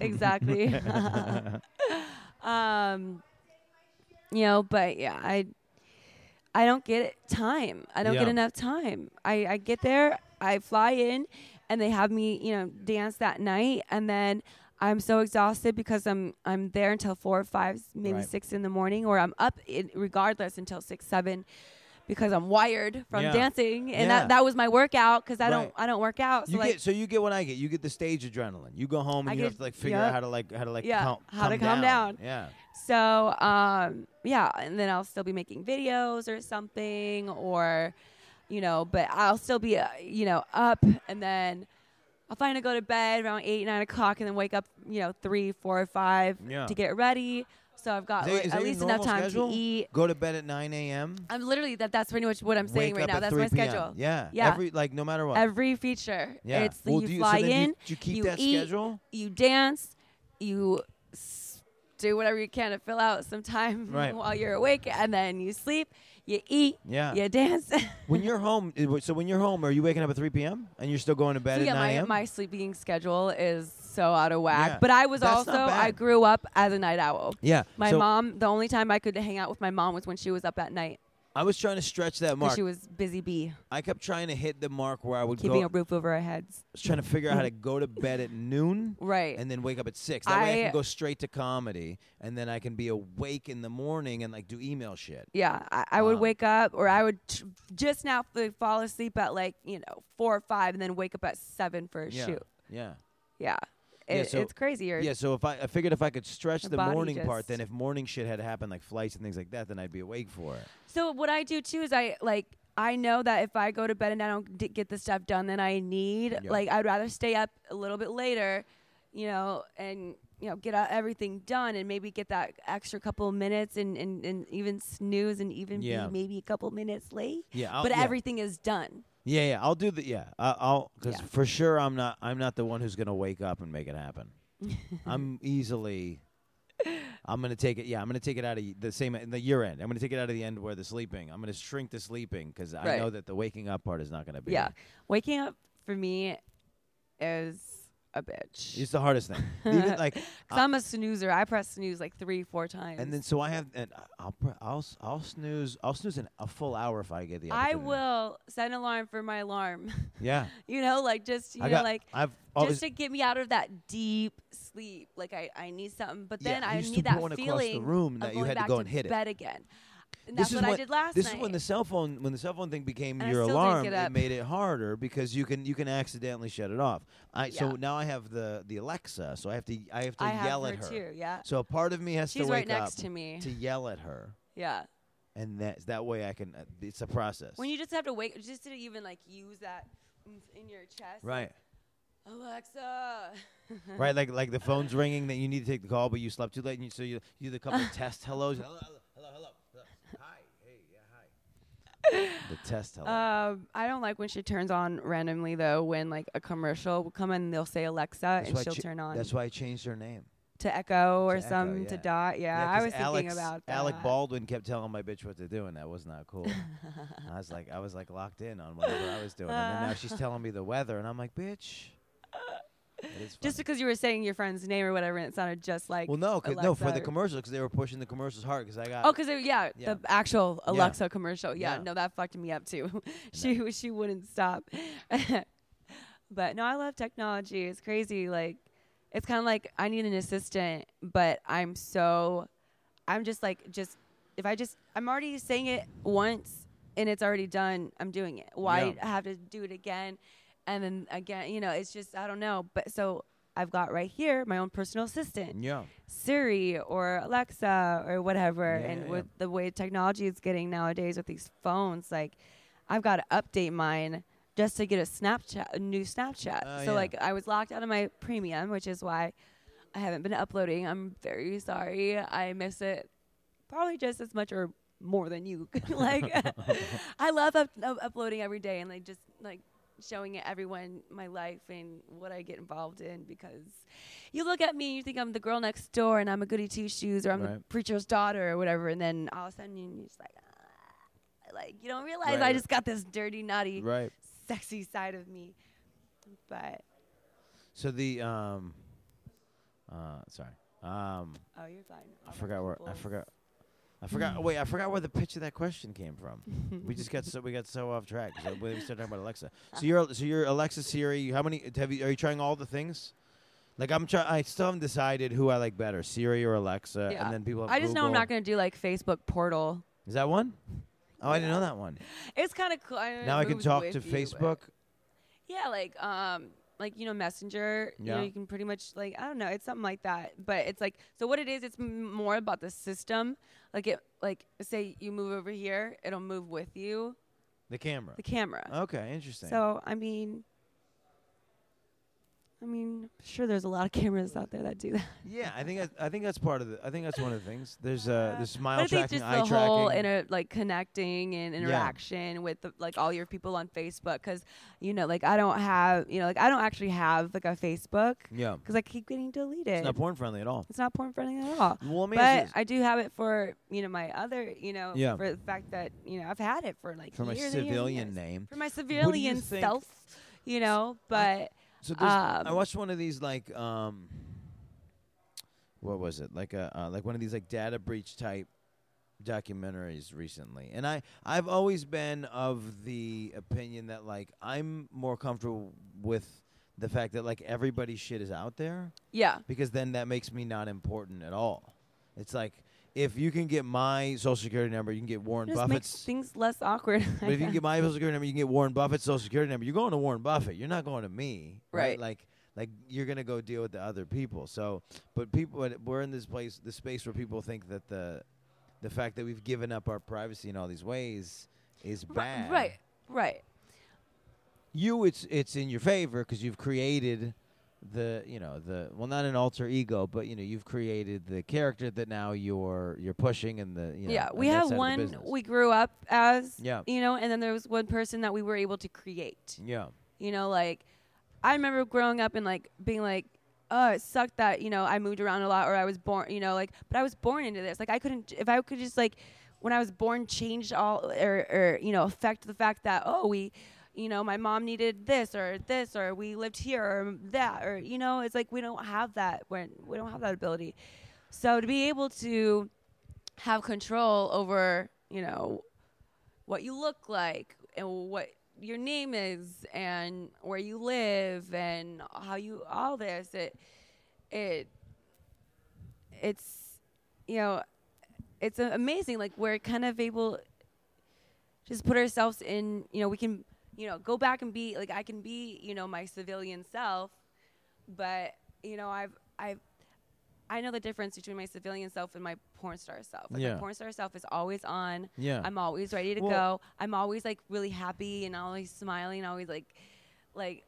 Speaker 2: exactly. um you know but yeah i i don't get it- time i don't get
Speaker 1: Yeah.
Speaker 2: enough time i i get there i fly in and they have me you know dance that night and then i'm so exhausted because i'm i'm there until four or five maybe
Speaker 1: Right.
Speaker 2: six in the morning or i'm up in, regardless until six seven because i'm wired from
Speaker 1: Yeah.
Speaker 2: dancing and
Speaker 1: Yeah.
Speaker 2: that that was my workout because i
Speaker 1: Right.
Speaker 2: don't i don't work out so
Speaker 1: you
Speaker 2: like
Speaker 1: get so you get what I get. You get the stage adrenaline. You go home and
Speaker 2: I
Speaker 1: you
Speaker 2: get-
Speaker 1: have to like figure out
Speaker 2: yeah.
Speaker 1: how to like how to like
Speaker 2: Yeah,
Speaker 1: cal-
Speaker 2: how to
Speaker 1: calm
Speaker 2: calm down.
Speaker 1: Yeah.
Speaker 2: So, um, yeah, and then I'll still be making videos or something, or you know, but I'll still be, uh, you know, up, and then I'll finally go to bed around eight, nine o'clock, and then wake up, you know, three, four, or five
Speaker 1: Yeah.
Speaker 2: to get ready. So I've got
Speaker 1: Is that-
Speaker 2: like,
Speaker 1: is that
Speaker 2: Uh, at
Speaker 1: your
Speaker 2: least enough
Speaker 1: normal
Speaker 2: time
Speaker 1: schedule?
Speaker 2: to eat.
Speaker 1: Go to bed at 9 a.m.
Speaker 2: I'm literally that. That's pretty much what I'm saying
Speaker 1: wake
Speaker 2: right
Speaker 1: up
Speaker 2: now.
Speaker 1: at
Speaker 2: That's
Speaker 1: 3
Speaker 2: my
Speaker 1: p.m.
Speaker 2: schedule.
Speaker 1: Yeah.
Speaker 2: Yeah.
Speaker 1: Every like no matter what.
Speaker 2: Every feature.
Speaker 1: Yeah.
Speaker 2: It's the
Speaker 1: Well, do
Speaker 2: you
Speaker 1: you- so
Speaker 2: fly
Speaker 1: then do you-
Speaker 2: in.
Speaker 1: do you keep that
Speaker 2: eat,
Speaker 1: schedule?
Speaker 2: You dance. You s- do whatever you can to fill out some time
Speaker 1: Right.
Speaker 2: while you're awake, and then you sleep. You eat.
Speaker 1: Yeah.
Speaker 2: You dance.
Speaker 1: When you're home, i- so when you're home, are you waking up at 3 p.m. and you're still going to bed
Speaker 2: So
Speaker 1: at
Speaker 2: yeah,
Speaker 1: 9
Speaker 2: my,
Speaker 1: a.m.?
Speaker 2: my sleeping schedule is so out of whack.
Speaker 1: Yeah.
Speaker 2: But I was
Speaker 1: That's
Speaker 2: also
Speaker 1: not bad.
Speaker 2: I grew up as a night owl.
Speaker 1: yeah.
Speaker 2: My
Speaker 1: so
Speaker 2: mom, the only time I could hang out with my mom was when she was up at night
Speaker 1: I was trying to stretch that
Speaker 2: because
Speaker 1: mark.
Speaker 2: she was busy bee
Speaker 1: I kept trying to hit the mark where I would
Speaker 2: keeping
Speaker 1: go.
Speaker 2: a
Speaker 1: I
Speaker 2: roof over our heads.
Speaker 1: was trying to figure out how to go to bed at noon.
Speaker 2: Right.
Speaker 1: And then wake up at six. That way I can
Speaker 2: I-
Speaker 1: go straight to comedy, and then I can be awake in the morning and like do email shit.
Speaker 2: Yeah, I, I would
Speaker 1: Um,
Speaker 2: wake up, or I would t- just now f- fall asleep at like you know four or five, and then wake up at seven for a
Speaker 1: Yeah.
Speaker 2: shoot.
Speaker 1: Yeah.
Speaker 2: Yeah,
Speaker 1: Yeah,
Speaker 2: It-
Speaker 1: so-
Speaker 2: it's crazy. You're-
Speaker 1: Yeah, so if I, I figured if I could stretch the,
Speaker 2: The body
Speaker 1: morning part,
Speaker 2: just-
Speaker 1: then if morning shit had happened, like flights and things like that, then I'd be awake for it.
Speaker 2: So what I do too is I like I know that if I go to bed and I don't d- get the stuff done that I need,
Speaker 1: Yeah.
Speaker 2: like I'd rather stay up a little bit later, you know, and you know get out everything done and maybe get that extra couple of minutes and and, and even snooze and even
Speaker 1: Yeah.
Speaker 2: be maybe a couple minutes late.
Speaker 1: Yeah, I'll-
Speaker 2: but
Speaker 1: yeah.
Speaker 2: everything is done.
Speaker 1: Yeah, yeah, I'll do the yeah. I, I'll because
Speaker 2: Yeah.
Speaker 1: for sure I'm not I'm not the one who's gonna wake up and make it happen. I'm easily. I'm gonna take it. Yeah, I'm gonna take it out of y- the same the year end. I'm gonna take it out of the end where the sleeping. I'm gonna shrink the sleeping because I know
Speaker 2: Right.
Speaker 1: that the waking up part is not gonna be.
Speaker 2: Yeah. Waking up for me is a bitch.
Speaker 1: It's the hardest thing. Even like,
Speaker 2: Cause I'm a snoozer. I press snooze like three, four times.
Speaker 1: uh and then so I have, and I- I'll pr- I'll s- I'll snooze I'll snooze an, a full hour if I get the.
Speaker 2: I
Speaker 1: opportunity.
Speaker 2: will set an alarm for my alarm.
Speaker 1: Yeah.
Speaker 2: you know, like just you
Speaker 1: I
Speaker 2: know,
Speaker 1: got.
Speaker 2: like
Speaker 1: I've
Speaker 2: just
Speaker 1: always.
Speaker 2: to get me out of that deep sleep. Like I, I need something, but
Speaker 1: Yeah,
Speaker 2: then
Speaker 1: I
Speaker 2: I
Speaker 1: used to
Speaker 2: need that
Speaker 1: put one across the
Speaker 2: feeling
Speaker 1: room
Speaker 2: of
Speaker 1: that you
Speaker 2: going
Speaker 1: had to
Speaker 2: back
Speaker 1: go and hit it.
Speaker 2: bed again. And
Speaker 1: this
Speaker 2: that's
Speaker 1: is
Speaker 2: what I
Speaker 1: when-
Speaker 2: did last
Speaker 1: This
Speaker 2: night.
Speaker 1: is when the cell phone when the cell phone thing became
Speaker 2: And I
Speaker 1: your
Speaker 2: still didn't
Speaker 1: alarm.
Speaker 2: get
Speaker 1: It
Speaker 2: up.
Speaker 1: made it harder because you can you can accidentally shut it off. I so
Speaker 2: Yeah.
Speaker 1: now I have the the Alexa, so I have to I have to
Speaker 2: I have
Speaker 1: yell
Speaker 2: her,
Speaker 1: at her.
Speaker 2: too. Yeah,
Speaker 1: So part of me has
Speaker 2: she's
Speaker 1: to
Speaker 2: right
Speaker 1: wake
Speaker 2: next
Speaker 1: up
Speaker 2: to me.
Speaker 1: to yell at her,
Speaker 2: yeah.
Speaker 1: and that that way I can. Uh, it's a process.
Speaker 2: When you just have to wake, just to even like use that oomph in your chest.
Speaker 1: right.
Speaker 2: Alexa.
Speaker 1: right? Like like the phone's ringing that you need to take the call, but you slept too late, and you, so you you do the couple of test hellos. Hello, hello, hello, hello, hello. Hi, hey, yeah, hi. The test hello.
Speaker 2: Um, I don't like when she turns on randomly though. When like a commercial will come in, they'll say Alexa,
Speaker 1: That's
Speaker 2: and
Speaker 1: why I
Speaker 2: she'll
Speaker 1: cha-
Speaker 2: turn on
Speaker 1: That's why I changed her name.
Speaker 2: to Echo or
Speaker 1: To Echo,
Speaker 2: some to
Speaker 1: yeah.
Speaker 2: Dot. Yeah, I
Speaker 1: 'cause
Speaker 2: was
Speaker 1: Alex-
Speaker 2: thinking about that.
Speaker 1: Alec Baldwin kept telling my bitch what to do, and that was not cool. I was like, I was like locked in on whatever I was doing, and then now she's telling me the weather, and I'm like, bitch. It is
Speaker 2: Just
Speaker 1: funny.
Speaker 2: because you were saying your friend's name or whatever, and it sounded just like
Speaker 1: well, no, 'cause- no, for the
Speaker 2: Alexa.
Speaker 1: commercial, because they were pushing the commercials hard, because I got
Speaker 2: Oh, because yeah,
Speaker 1: Yeah.
Speaker 2: the actual
Speaker 1: Yeah.
Speaker 2: Alexa commercial. Yeah,
Speaker 1: Yeah.
Speaker 2: no, that fucked me up too. she she wouldn't stop. but no, I love technology. It's crazy. Like, it's kind of like I need an assistant, but I'm so, I'm just like just if I just I'm already saying it once and it's already done. I'm doing it. Why
Speaker 1: Yeah.
Speaker 2: have to do it again, and then again? You know, it's just I don't know. But so I've got right here my own personal assistant.
Speaker 1: yeah.
Speaker 2: Siri or Alexa or whatever.
Speaker 1: Yeah,
Speaker 2: and
Speaker 1: yeah, yeah.
Speaker 2: with the way technology is getting nowadays with these phones, like I've got to update mine just to get a Snapchat, a new Snapchat.
Speaker 1: Oh,
Speaker 2: so
Speaker 1: yeah.
Speaker 2: like I was locked out of my premium, which is why I haven't been uploading. I'm very sorry. I miss it probably just as much or more than you. like I love up- up- uploading every day and like just like showing everyone my life and what I get involved in because you look at me and you think I'm the girl next door and I'm a goody two shoes or I'm the
Speaker 1: Right.
Speaker 2: preacher's daughter or whatever and then all of a sudden you're just like ah. like you don't realize
Speaker 1: Right,
Speaker 2: I
Speaker 1: right.
Speaker 2: just got this dirty naughty
Speaker 1: Right.
Speaker 2: sexy side of me but
Speaker 1: So the um, uh, sorry, um,
Speaker 2: oh you're fine
Speaker 1: I forgot where I forgot. I forgot. Wait, I forgot where the pitch of that question came from. we just got so we got so off track. 'cause we we started talking about Alexa. So you're so you're Alexa Siri. How many have you? Are you trying all the things? Like I'm trying. I still haven't decided who I like better, Siri or Alexa.
Speaker 2: Yeah.
Speaker 1: And then people. Have
Speaker 2: I just know I'm
Speaker 1: Google.
Speaker 2: not going to do like Facebook portal
Speaker 1: Is that one? Oh, I didn't know that one.
Speaker 2: It's kind of cool. I mean,
Speaker 1: now
Speaker 2: it
Speaker 1: I can
Speaker 2: moves
Speaker 1: talk
Speaker 2: with
Speaker 1: to
Speaker 2: you, but-
Speaker 1: Facebook.
Speaker 2: Yeah, like um, like you know, Messenger. You
Speaker 1: Yeah.
Speaker 2: know, you can pretty much like I don't know, it's something like that. But it's like so what it is. It's m- more about the system. Like it, like say you move over here, it'll move with you.
Speaker 1: The camera.
Speaker 2: The camera.
Speaker 1: Okay, interesting.
Speaker 2: so I mean. I mean, sure. There's a lot of cameras out there that do that.
Speaker 1: yeah, I think I, I think that's part of the. I think that's one of the things. There's uh,
Speaker 2: Uh,
Speaker 1: the smile
Speaker 2: But I think
Speaker 1: tracking,
Speaker 2: just
Speaker 1: eye
Speaker 2: the whole
Speaker 1: tracking.
Speaker 2: inter- like connecting and interaction with the, like all your people on Facebook, because you know, like I don't have, you know, like I don't actually have like a Facebook
Speaker 1: yeah,
Speaker 2: because I keep getting deleted.
Speaker 1: Mm. it's not porn friendly at all.
Speaker 2: It's not porn friendly at all.
Speaker 1: Well, let me ask you
Speaker 2: But
Speaker 1: this.
Speaker 2: I do have it for you know my other you know
Speaker 1: Yeah.
Speaker 2: for the fact that you know I've had it for like
Speaker 1: for my
Speaker 2: years and years and
Speaker 1: civilian
Speaker 2: years.
Speaker 1: name.
Speaker 2: for my civilian
Speaker 1: think-
Speaker 2: self you know but
Speaker 1: So there's, I
Speaker 2: Um,
Speaker 1: watched one of these like um, what was it like a uh, like one of these like data breach type documentaries recently, and I I've always been of the opinion that like I'm more comfortable with the fact that like everybody's shit is out there
Speaker 2: yeah
Speaker 1: because then that makes me not important at all. It's like if you can get my social security number, you can get Warren
Speaker 2: it just makes
Speaker 1: Buffett's.
Speaker 2: things less awkward
Speaker 1: But if you can get my social security number, you can get Warren Buffett's social security number. You're going to Warren Buffett. You're not going to me,
Speaker 2: Right.
Speaker 1: Like, like you're gonna go deal with the other people. So, but people, but we're in this place, this space where people think that the, the fact that we've given up our privacy in all these ways is bad.
Speaker 2: right right
Speaker 1: You, it's it's in your favor because you've created the you know the well not an alter ego but you know you've created the character that now you're you're pushing and the you know,
Speaker 2: yeah
Speaker 1: on
Speaker 2: we
Speaker 1: that
Speaker 2: have
Speaker 1: side of the
Speaker 2: one
Speaker 1: business.
Speaker 2: we grew up as
Speaker 1: Yeah.
Speaker 2: you know and then there was one person that we were able to create
Speaker 1: yeah
Speaker 2: you know like i remember growing up and like being like oh it sucked that you know i moved around a lot or i was born you know like but i was born into this like i couldn't if i could just like when i was born change all or, or you know affect the fact that oh we you know, my mom needed this or this or we lived here or that or you know, it's like we don't have that when we don't have that ability. So to be able to have control over, you know, what you look like and what your name is and where you live and how you all this it it it's you know it's a- amazing like we're kind of able just put ourselves in you know we can you know go back and be like i can be you know my civilian self but you know i've i've i know the difference between my civilian self and my porn star self like
Speaker 1: Yeah.
Speaker 2: my porn star self is always on
Speaker 1: Yeah.
Speaker 2: i'm always ready to
Speaker 1: Well-
Speaker 2: go i'm always like really happy and always smiling always like like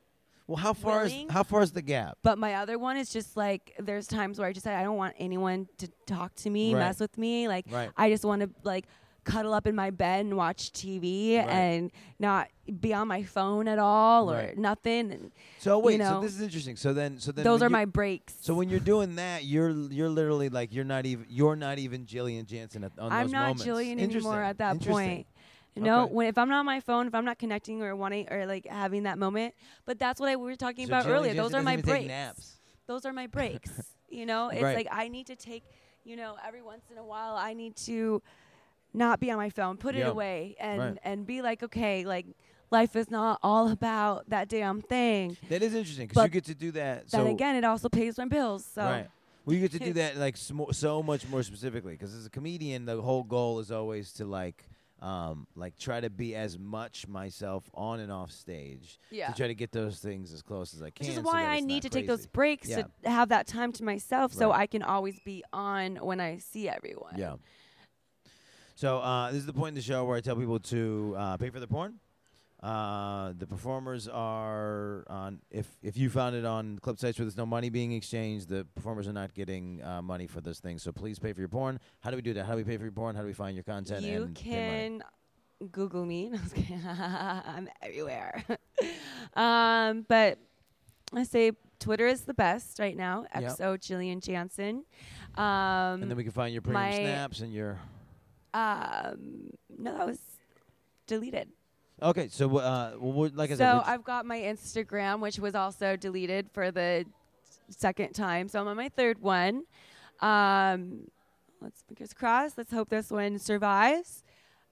Speaker 1: Well, how far
Speaker 2: Willing?
Speaker 1: is how far is the gap?
Speaker 2: but my other one is just like there's times where I just say I don't want anyone to talk to me,
Speaker 1: Right.
Speaker 2: mess with me. Like
Speaker 1: Right.
Speaker 2: I just want to like cuddle up in my bed and watch TV
Speaker 1: Right.
Speaker 2: and not be on my phone at all or
Speaker 1: Right.
Speaker 2: nothing. And
Speaker 1: So
Speaker 2: you
Speaker 1: wait, so
Speaker 2: know,
Speaker 1: this is interesting. So then, so then
Speaker 2: those
Speaker 1: when
Speaker 2: are
Speaker 1: you-
Speaker 2: my breaks.
Speaker 1: So when you're doing that, you're you're literally like you're not even you're not even Jillian Jansen at, on
Speaker 2: I'm
Speaker 1: those
Speaker 2: not
Speaker 1: moments.
Speaker 2: Jillian
Speaker 1: Interesting.
Speaker 2: anymore at that
Speaker 1: Interesting.
Speaker 2: point. No,
Speaker 1: Okay.
Speaker 2: when if I'm not on my phone, if I'm not connecting or wanting or like having that moment, but that's what I we were talking
Speaker 1: So
Speaker 2: about
Speaker 1: Jillian
Speaker 2: earlier.
Speaker 1: Jansen
Speaker 2: Those are
Speaker 1: doesn't
Speaker 2: my
Speaker 1: even take
Speaker 2: breaks.
Speaker 1: naps.
Speaker 2: those are my breaks. you know, it's
Speaker 1: Right.
Speaker 2: like I need to take, you know, every once in a while I need to not be on my phone, put
Speaker 1: Yeah.
Speaker 2: it away and
Speaker 1: Right.
Speaker 2: and be like, okay, like life is not all about that damn thing.
Speaker 1: That is interesting because
Speaker 2: But
Speaker 1: you get to do that. So
Speaker 2: then again, it also pays my bills. So
Speaker 1: right. Well, you get to do that like smo so much more specifically because as a comedian, the whole goal is always to like, um, like try to be as much myself on and off stage.
Speaker 2: Yeah.
Speaker 1: To try to get those things as close as I can.
Speaker 2: Which
Speaker 1: so
Speaker 2: is why
Speaker 1: that
Speaker 2: I
Speaker 1: it's
Speaker 2: need to
Speaker 1: not
Speaker 2: take those
Speaker 1: crazy.
Speaker 2: breaks to have that time to myself so
Speaker 1: Right.
Speaker 2: I can always be on when I see everyone.
Speaker 1: Yeah. So uh, this is the point in the show where I tell people to uh, pay for their porn. Uh, the performers are on. If if you found it on club sites where there's no money being exchanged, the performers are not getting uh, money for those things. So please pay for your porn. How do we do that? How do we pay for your porn? How do we find your content?
Speaker 2: You
Speaker 1: and pay money?
Speaker 2: can Google me. No, I'm, just kidding. I'm everywhere. um, but I say Twitter is the best right now.
Speaker 1: Yep.
Speaker 2: XO Jillian Jansen. Um,
Speaker 1: and then we can find your premium
Speaker 2: my-
Speaker 1: snaps and your.
Speaker 2: um, no, that was deleted.
Speaker 1: Okay, so uh, well, we're- like I said,
Speaker 2: so
Speaker 1: we're-
Speaker 2: I've got my Instagram, which was also deleted for the second time. So I'm on my third one. Um, let's fingers crossed. Let's hope this one survives.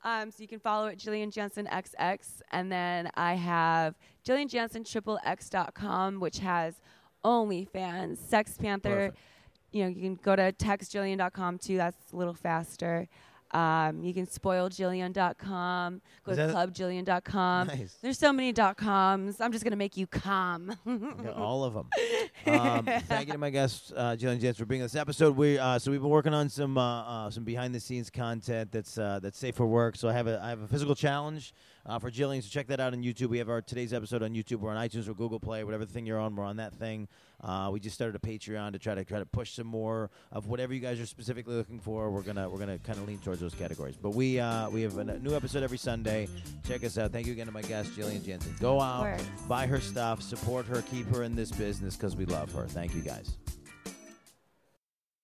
Speaker 2: Um, so you can follow it, Jillian Jensen XX, and then I have Jillian Jensen triple com, which has OnlyFans, Sex Panther.
Speaker 1: Perfect.
Speaker 2: You know, you can go to textjillian.com too. That's a little faster. Um, you can spoiljillian.com, go
Speaker 1: Is
Speaker 2: to
Speaker 1: that-
Speaker 2: clubjillian.com.
Speaker 1: Nice.
Speaker 2: There's so many dot coms. I'm just gonna make you calm.
Speaker 1: Yeah, all of them. Um, thank you to my guests, uh, Jillian Jens, for being on this episode. We uh, so we've been working on some uh, uh, some behind the scenes content that's uh, that's safe for work. So I have a I have a physical challenge uh, for Jillian. So check that out on YouTube. We have our today's episode on YouTube. We're on iTunes or Google Play, whatever thing you're on. We're on that thing. Uh, we just started a Patreon to try to try to push some more of whatever you guys are specifically looking for. We're gonna we're gonna kind of lean towards those categories. But we uh, we have a new episode every Sunday. Check us out. Thank you again to my guest, Jillian Jensen. Go out
Speaker 2: course.
Speaker 1: buy her stuff, support her, keep her in this business because we love her. Thank you guys.